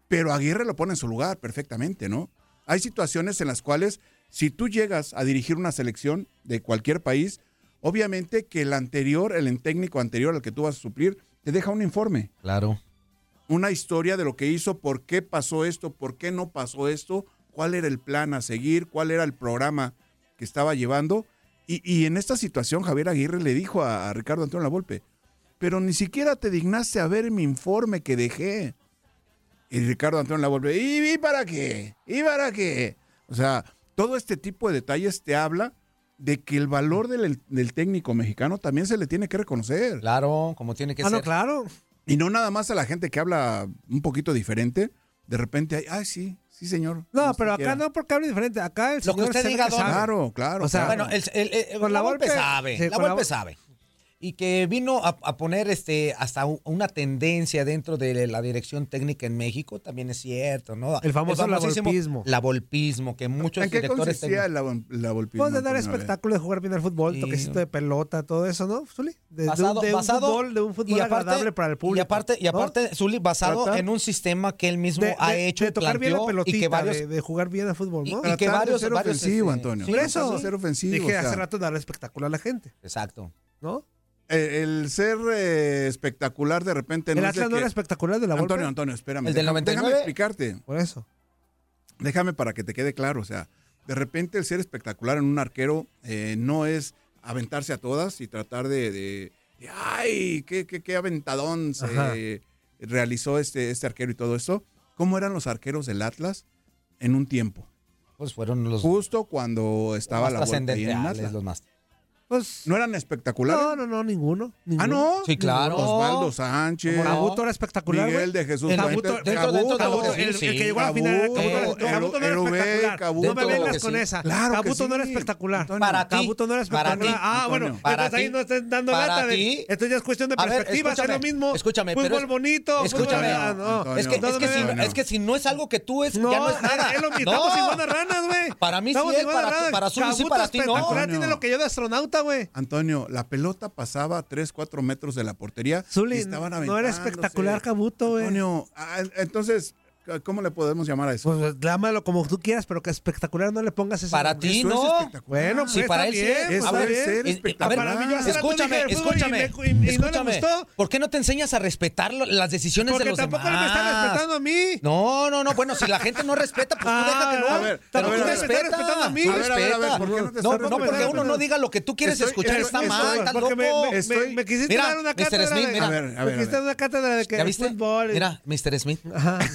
[SPEAKER 7] pero Aguirre lo pone en su lugar perfectamente, ¿no? Hay situaciones en las cuales si tú llegas a dirigir una selección de cualquier país, obviamente que el anterior, el técnico anterior al que tú vas a suplir, te deja un informe
[SPEAKER 6] Claro.
[SPEAKER 7] una historia de lo que hizo, por qué pasó esto, por qué no pasó esto, cuál era el plan a seguir, cuál era el programa que estaba llevando. Y, y en esta situación Javier Aguirre le dijo a, a Ricardo Antonio Lavolpe, pero ni siquiera te dignaste a ver mi informe que dejé. Y Ricardo Antonio Lavolpe, ¿y, y para qué? ¿Y para qué? O sea, todo este tipo de detalles te habla de que el valor del, del técnico mexicano también se le tiene que reconocer.
[SPEAKER 6] Claro, como tiene que Ah, no, ser.
[SPEAKER 7] claro. Y no nada más a la gente que habla un poquito diferente, de repente hay, ay, sí, sí, señor.
[SPEAKER 4] No,
[SPEAKER 7] como
[SPEAKER 4] pero
[SPEAKER 7] usted
[SPEAKER 4] acá
[SPEAKER 7] quiera".
[SPEAKER 4] no porque hablo diferente. Acá el
[SPEAKER 6] Lo que
[SPEAKER 4] señor
[SPEAKER 6] usted
[SPEAKER 4] sabe
[SPEAKER 6] diga,
[SPEAKER 4] que
[SPEAKER 6] don.
[SPEAKER 4] sabe.
[SPEAKER 7] Claro, claro.
[SPEAKER 4] O sea,
[SPEAKER 6] bueno, el, el- el-
[SPEAKER 4] con
[SPEAKER 6] la
[SPEAKER 4] la
[SPEAKER 6] golpe
[SPEAKER 4] Volpe-
[SPEAKER 6] sabe,
[SPEAKER 4] sí,
[SPEAKER 6] la
[SPEAKER 4] con la
[SPEAKER 6] Volpe
[SPEAKER 4] Vol-
[SPEAKER 6] sabe. Y que vino a, a poner este hasta u- una tendencia dentro de la dirección técnica en México, también es cierto, ¿no?
[SPEAKER 4] El famoso
[SPEAKER 6] famosísimo
[SPEAKER 4] lavolpismo.
[SPEAKER 6] Lavolpismo, que muchos
[SPEAKER 4] ¿En qué
[SPEAKER 6] directores
[SPEAKER 4] consistía
[SPEAKER 6] técnicos-
[SPEAKER 4] el
[SPEAKER 7] la
[SPEAKER 4] Pues de dar espectáculo, de jugar bien al fútbol, toquecito de pelota, todo eso, ¿no, Zuli? De, de
[SPEAKER 6] basado,
[SPEAKER 4] un, de un
[SPEAKER 6] basado-
[SPEAKER 4] fútbol, de un fútbol
[SPEAKER 6] y aparte-
[SPEAKER 4] agradable para el público.
[SPEAKER 6] Y aparte, y
[SPEAKER 4] ¿no?
[SPEAKER 6] aparte Zuli, basado
[SPEAKER 4] Tratar
[SPEAKER 6] en un sistema que él mismo
[SPEAKER 4] de- de-
[SPEAKER 6] ha hecho,
[SPEAKER 4] de tocar bien la
[SPEAKER 6] planteó, y que
[SPEAKER 4] pelotita,
[SPEAKER 6] varios...
[SPEAKER 4] de, de jugar bien al fútbol, ¿no?
[SPEAKER 6] y que Tratar de varios- ser varios, ofensivo, este, Antonio. sí,
[SPEAKER 4] Por
[SPEAKER 6] tratar
[SPEAKER 4] eso
[SPEAKER 6] de ser ofensivo,
[SPEAKER 4] Dije
[SPEAKER 6] o sea.
[SPEAKER 4] hace rato dar espectáculo a la gente,
[SPEAKER 6] Exacto.
[SPEAKER 4] ¿no?
[SPEAKER 7] El, el ser eh, espectacular de repente no
[SPEAKER 4] el
[SPEAKER 7] es de
[SPEAKER 4] Atlas no
[SPEAKER 7] que-
[SPEAKER 4] era espectacular de la Volpe.
[SPEAKER 7] Antonio, Antonio, espérame.
[SPEAKER 4] El del
[SPEAKER 7] déjame-
[SPEAKER 4] 99.
[SPEAKER 7] Déjame explicarte.
[SPEAKER 4] Por eso.
[SPEAKER 7] Déjame para que te quede claro. O sea, de repente el ser espectacular en un arquero eh, no es aventarse a todas y tratar de. de- de, ¡Ay! Qué, qué- qué aventadón se
[SPEAKER 4] Ajá.
[SPEAKER 7] realizó este, este arquero y todo esto. ¿Cómo eran los arqueros del Atlas en un tiempo?
[SPEAKER 6] Pues fueron los.
[SPEAKER 7] Justo cuando estaba
[SPEAKER 6] más
[SPEAKER 7] la Volpe ahí en el
[SPEAKER 6] trascendentales,
[SPEAKER 7] Atlas.
[SPEAKER 6] los más.
[SPEAKER 7] ¿No eran espectaculares?
[SPEAKER 4] Pues, No, no, no, ninguno.
[SPEAKER 7] Ah, no.
[SPEAKER 6] Sí, claro.
[SPEAKER 7] Osvaldo Sánchez.
[SPEAKER 4] Como Cabuto era espectacular,
[SPEAKER 7] Miguel
[SPEAKER 4] güey.
[SPEAKER 7] de Jesús.
[SPEAKER 4] El
[SPEAKER 7] Fuentes.
[SPEAKER 4] Cabuto- dentro- dentro de lo que sí,
[SPEAKER 7] Cabuto,
[SPEAKER 4] sí. Cabuto,
[SPEAKER 7] Cabuto,
[SPEAKER 4] eh, Cabuto no era
[SPEAKER 7] Erubé,
[SPEAKER 4] espectacular.
[SPEAKER 7] Cabuto.
[SPEAKER 4] No me
[SPEAKER 7] Claro
[SPEAKER 4] vengas
[SPEAKER 7] que
[SPEAKER 4] con
[SPEAKER 7] sí.
[SPEAKER 4] esa.
[SPEAKER 7] Claro que
[SPEAKER 4] Cabuto no
[SPEAKER 7] sí.
[SPEAKER 4] era espectacular.
[SPEAKER 6] Para ti.
[SPEAKER 4] Cabuto no era
[SPEAKER 6] Para
[SPEAKER 4] espectacular.
[SPEAKER 6] ti,
[SPEAKER 4] ah,
[SPEAKER 6] Antonio.
[SPEAKER 4] bueno.
[SPEAKER 6] Para
[SPEAKER 4] entonces ahí
[SPEAKER 6] ti.
[SPEAKER 4] no estás dando
[SPEAKER 6] Para
[SPEAKER 4] lata. de-
[SPEAKER 6] ti.
[SPEAKER 4] Entonces ya es cuestión de
[SPEAKER 6] A ver,
[SPEAKER 4] perspectiva. Es lo
[SPEAKER 6] escúchame,
[SPEAKER 4] mismo.
[SPEAKER 6] Escúchame,
[SPEAKER 4] Fútbol
[SPEAKER 6] pero es-
[SPEAKER 4] bonito. fútbol-
[SPEAKER 6] Escúchame.
[SPEAKER 4] Ah, no.
[SPEAKER 6] es, que,
[SPEAKER 4] No,
[SPEAKER 6] es,
[SPEAKER 4] no
[SPEAKER 6] que
[SPEAKER 4] me
[SPEAKER 6] si,
[SPEAKER 4] vengas.
[SPEAKER 6] es que si no es algo que tú es, ya no es
[SPEAKER 4] [LAUGHS]
[SPEAKER 6] nada.
[SPEAKER 4] es lo mismo.
[SPEAKER 6] No.
[SPEAKER 4] Estamos igual de ranas, güey.
[SPEAKER 6] Para mí sí
[SPEAKER 4] Estamos
[SPEAKER 6] es,
[SPEAKER 4] igual de
[SPEAKER 6] para, ti-
[SPEAKER 4] ranas.
[SPEAKER 6] para Zuli sí,
[SPEAKER 4] Cabuto
[SPEAKER 6] para ti no.
[SPEAKER 4] espectacular, tiene lo que yo de astronauta. pelota, güey.
[SPEAKER 7] Antonio, la pelota pasaba a 3, 4 metros de la portería.
[SPEAKER 4] Zuli,
[SPEAKER 7] y estaban
[SPEAKER 4] no era
[SPEAKER 7] aventándose.
[SPEAKER 4] espectacular Cabuto, güey.
[SPEAKER 7] Antonio, ah, entonces, ¿cómo le podemos llamar a eso?
[SPEAKER 4] Pues llámalo como tú quieras, pero que espectacular no le pongas ese
[SPEAKER 6] Para
[SPEAKER 4] nombre.
[SPEAKER 6] ti,
[SPEAKER 4] Eso es
[SPEAKER 6] ¿no?
[SPEAKER 4] espectacular. Bueno, pues
[SPEAKER 6] Si para
[SPEAKER 4] está
[SPEAKER 6] él sí,
[SPEAKER 4] bien,
[SPEAKER 6] es-
[SPEAKER 4] pues,
[SPEAKER 6] a
[SPEAKER 4] está
[SPEAKER 6] ver,
[SPEAKER 4] bien.
[SPEAKER 6] es- es- a ver,
[SPEAKER 4] Para mí, yo hace rato
[SPEAKER 6] escúchame,
[SPEAKER 4] dije de fútbol y
[SPEAKER 6] escúchame,
[SPEAKER 4] me- y- y no le
[SPEAKER 6] escúchame.
[SPEAKER 4] gustó.
[SPEAKER 6] ¿Por qué no te enseñas a respetar lo- las decisiones
[SPEAKER 4] Porque
[SPEAKER 6] de los
[SPEAKER 4] tampoco
[SPEAKER 6] demás?
[SPEAKER 4] me está respetando a mí. Ah,
[SPEAKER 6] No, no, no. Bueno, si la gente no respeta, pues tú déjate, no.
[SPEAKER 7] a ver,
[SPEAKER 6] pero
[SPEAKER 7] a ver,
[SPEAKER 6] tú
[SPEAKER 7] a ver,
[SPEAKER 6] respeta.
[SPEAKER 7] a ver, a ver,
[SPEAKER 6] tú
[SPEAKER 7] a ver, a ver,
[SPEAKER 6] respeta.
[SPEAKER 7] ¿por qué no te
[SPEAKER 6] no,
[SPEAKER 7] estás
[SPEAKER 6] no, porque
[SPEAKER 7] respetando?
[SPEAKER 6] uno no diga lo que tú quieres
[SPEAKER 7] Estoy-
[SPEAKER 6] escuchar.
[SPEAKER 7] estoy-
[SPEAKER 6] Está
[SPEAKER 7] estoy-
[SPEAKER 6] mal, está loco.
[SPEAKER 4] Porque me, me- me- me quisiste
[SPEAKER 6] Mira,
[SPEAKER 4] dar una
[SPEAKER 6] Mr.
[SPEAKER 4] cátedra
[SPEAKER 6] Smith,
[SPEAKER 4] de,
[SPEAKER 6] mira. A ver, a
[SPEAKER 4] me
[SPEAKER 6] ver, a
[SPEAKER 4] quisiste
[SPEAKER 6] ver.
[SPEAKER 4] dar una cátedra de que
[SPEAKER 6] ¿Ya viste?
[SPEAKER 4] fútbol. y-
[SPEAKER 6] Mira, Mr. Smith. [LAUGHS]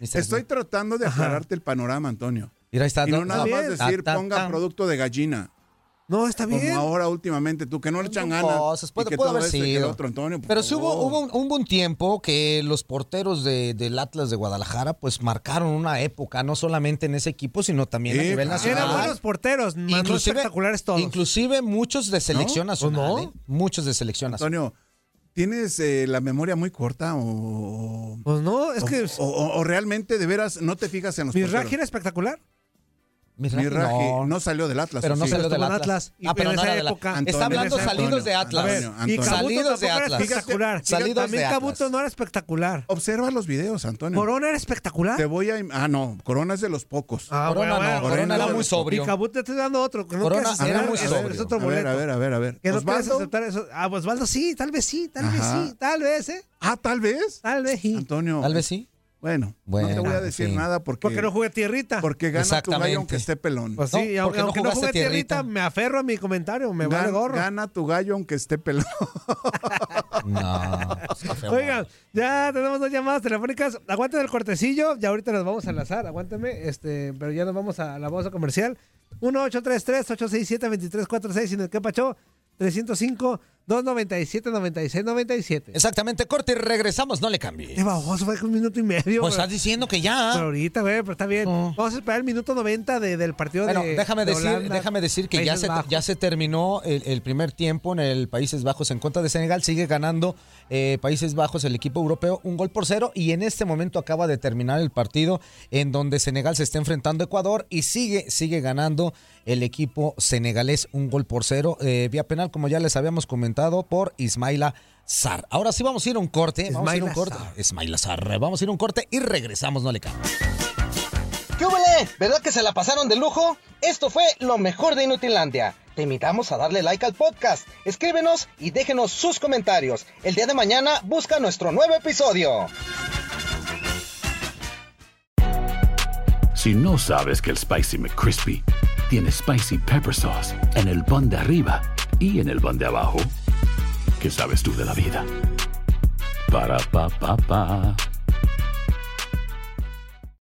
[SPEAKER 7] Estoy tratando de aclararte el panorama, Antonio.
[SPEAKER 6] Mira, ahí está.
[SPEAKER 7] Y no nada más
[SPEAKER 6] Está
[SPEAKER 7] decir,
[SPEAKER 6] bien. Ta, ta,
[SPEAKER 7] ponga
[SPEAKER 6] ta.
[SPEAKER 7] producto de gallina.
[SPEAKER 4] No, está
[SPEAKER 7] Como
[SPEAKER 6] bien.
[SPEAKER 7] ahora últimamente, tú que no le echan ganas.
[SPEAKER 6] cosas,
[SPEAKER 7] y
[SPEAKER 6] puede-
[SPEAKER 7] que
[SPEAKER 6] puede
[SPEAKER 7] todo
[SPEAKER 6] haber
[SPEAKER 7] esto y que lo
[SPEAKER 6] sido.
[SPEAKER 7] otro, Antonio. por
[SPEAKER 6] Pero sí hubo,
[SPEAKER 4] Oh.
[SPEAKER 7] favor.
[SPEAKER 6] hubo un, un buen tiempo que los porteros de- del Atlas de Guadalajara pues marcaron una época, no solamente en ese equipo, sino también a
[SPEAKER 4] Sí,
[SPEAKER 6] nivel
[SPEAKER 4] claro.
[SPEAKER 6] nacional.
[SPEAKER 4] Eh, ah. Eran buenos porteros, más no espectaculares todos.
[SPEAKER 6] Inclusive muchos de selección
[SPEAKER 7] ¿No?
[SPEAKER 6] nacional.
[SPEAKER 7] ¿O no?
[SPEAKER 6] ¿eh? Muchos de selección nacional.
[SPEAKER 7] Antonio, ¿tienes eh, la memoria muy corta o.
[SPEAKER 4] Pues no, es que.
[SPEAKER 7] O, o- o realmente, de veras, no te fijas en los
[SPEAKER 4] Mi
[SPEAKER 7] porteros?
[SPEAKER 4] Raji era espectacular.
[SPEAKER 7] Mi Raji no.
[SPEAKER 6] no.
[SPEAKER 7] salió del Atlas.
[SPEAKER 6] Pero
[SPEAKER 7] ¿o
[SPEAKER 6] no
[SPEAKER 7] sí?
[SPEAKER 6] salió del Atlas.
[SPEAKER 4] y
[SPEAKER 6] ah, pero
[SPEAKER 4] en
[SPEAKER 6] no
[SPEAKER 4] esa
[SPEAKER 6] era del
[SPEAKER 4] época-
[SPEAKER 6] Atlas.
[SPEAKER 4] Antonio,
[SPEAKER 6] Está hablando
[SPEAKER 4] en esa
[SPEAKER 6] salidos
[SPEAKER 4] época.
[SPEAKER 6] de Atlas.
[SPEAKER 4] A ver, Y Cabuto
[SPEAKER 6] Salidos de
[SPEAKER 4] tampoco era
[SPEAKER 6] Atlas.
[SPEAKER 4] espectacular.
[SPEAKER 6] Salidos
[SPEAKER 4] También
[SPEAKER 6] de Atlas.
[SPEAKER 4] Cabuto no era espectacular.
[SPEAKER 7] Observa los videos, Antonio.
[SPEAKER 4] Corona era espectacular.
[SPEAKER 7] Te voy a. im- Ah, no, Corona es de los pocos.
[SPEAKER 4] Ah, bueno, bueno,
[SPEAKER 7] es de los
[SPEAKER 4] Y Cabuto te estoy dando otro. que no
[SPEAKER 7] Corona
[SPEAKER 4] quieres
[SPEAKER 7] era
[SPEAKER 4] aceptar,
[SPEAKER 7] muy
[SPEAKER 4] es-
[SPEAKER 7] sobrio.
[SPEAKER 4] Es otro
[SPEAKER 7] A ver,
[SPEAKER 4] boleto.
[SPEAKER 7] a ver, a ver, a ver.
[SPEAKER 4] Que no
[SPEAKER 7] Osvaldo.
[SPEAKER 4] quieres aceptar eso. Ah, Osvaldo sí, tal vez sí, tal
[SPEAKER 7] Ajá.
[SPEAKER 4] vez sí, tal vez, ¿eh?
[SPEAKER 7] Ah, tal vez.
[SPEAKER 4] Tal vez sí.
[SPEAKER 7] Antonio.
[SPEAKER 6] Tal vez sí.
[SPEAKER 7] Bueno, no te
[SPEAKER 6] Bueno,
[SPEAKER 7] voy a decir
[SPEAKER 6] sí.
[SPEAKER 7] nada porque.
[SPEAKER 4] Porque no jugué tierrita.
[SPEAKER 7] Porque gana tu gallo
[SPEAKER 6] Exactamente.
[SPEAKER 7] aunque esté pelón.
[SPEAKER 4] Pues sí,
[SPEAKER 6] No,
[SPEAKER 4] aunque,
[SPEAKER 6] porque no
[SPEAKER 4] aunque no
[SPEAKER 6] jugaste
[SPEAKER 4] jugué tierrita,
[SPEAKER 6] tierrita.
[SPEAKER 4] me aferro a mi comentario, me
[SPEAKER 7] Gan-
[SPEAKER 4] vale gorro.
[SPEAKER 7] Gana tu gallo aunque esté pelón.
[SPEAKER 6] No. está feo.
[SPEAKER 4] Oigan, ya tenemos dos llamadas telefónicas. Aguanten el cortecillo, ya ahorita nos vamos a enlazar, aguántenme, este, pero ya nos vamos a la pausa comercial. 1-833-867-2346, sin el que pachó, 305-297-9697.
[SPEAKER 6] Exactamente, corte y regresamos, no le cambie.
[SPEAKER 4] Qué baboso, fue que un minuto y medio.
[SPEAKER 6] Pues
[SPEAKER 4] güey.
[SPEAKER 6] estás diciendo que ya.
[SPEAKER 4] Pero ahorita, güey, pero está bien. Vamos a esperar el minuto 90 de- del partido
[SPEAKER 6] Bueno,
[SPEAKER 4] de
[SPEAKER 6] déjame,
[SPEAKER 4] de
[SPEAKER 6] decir,
[SPEAKER 4] Holanda,
[SPEAKER 6] déjame decir que ya
[SPEAKER 4] Países
[SPEAKER 6] se,
[SPEAKER 4] Bajos.
[SPEAKER 6] ya se terminó el, el primer tiempo en el Países Bajos en contra de Senegal. Sigue ganando eh, Países Bajos el equipo europeo un gol por cero. Y en este momento acaba de terminar el partido en donde Senegal se está enfrentando a Ecuador y sigue, sigue ganando el equipo senegalés un gol por cero. eh, vía penal, como ya les habíamos comentado, por Ismaila Sar. Ahora sí vamos a ir a un corte. Vamos a ir a un
[SPEAKER 13] Ismaila
[SPEAKER 6] corte. Ismaila Sar. Vamos a ir a un corte y regresamos, no le cambie.
[SPEAKER 13] ¿Qué húbole? ¿Verdad que se la pasaron de lujo? Esto fue lo mejor de Inutilandia. Te invitamos a darle like al podcast, escríbenos y déjenos sus comentarios. El día de mañana busca nuestro nuevo episodio.
[SPEAKER 18] Si no sabes que el Spicy McCrispy tiene spicy pepper sauce en el pan de arriba y en el pan de abajo, ¿qué sabes tú de la vida? Para pa pa pa.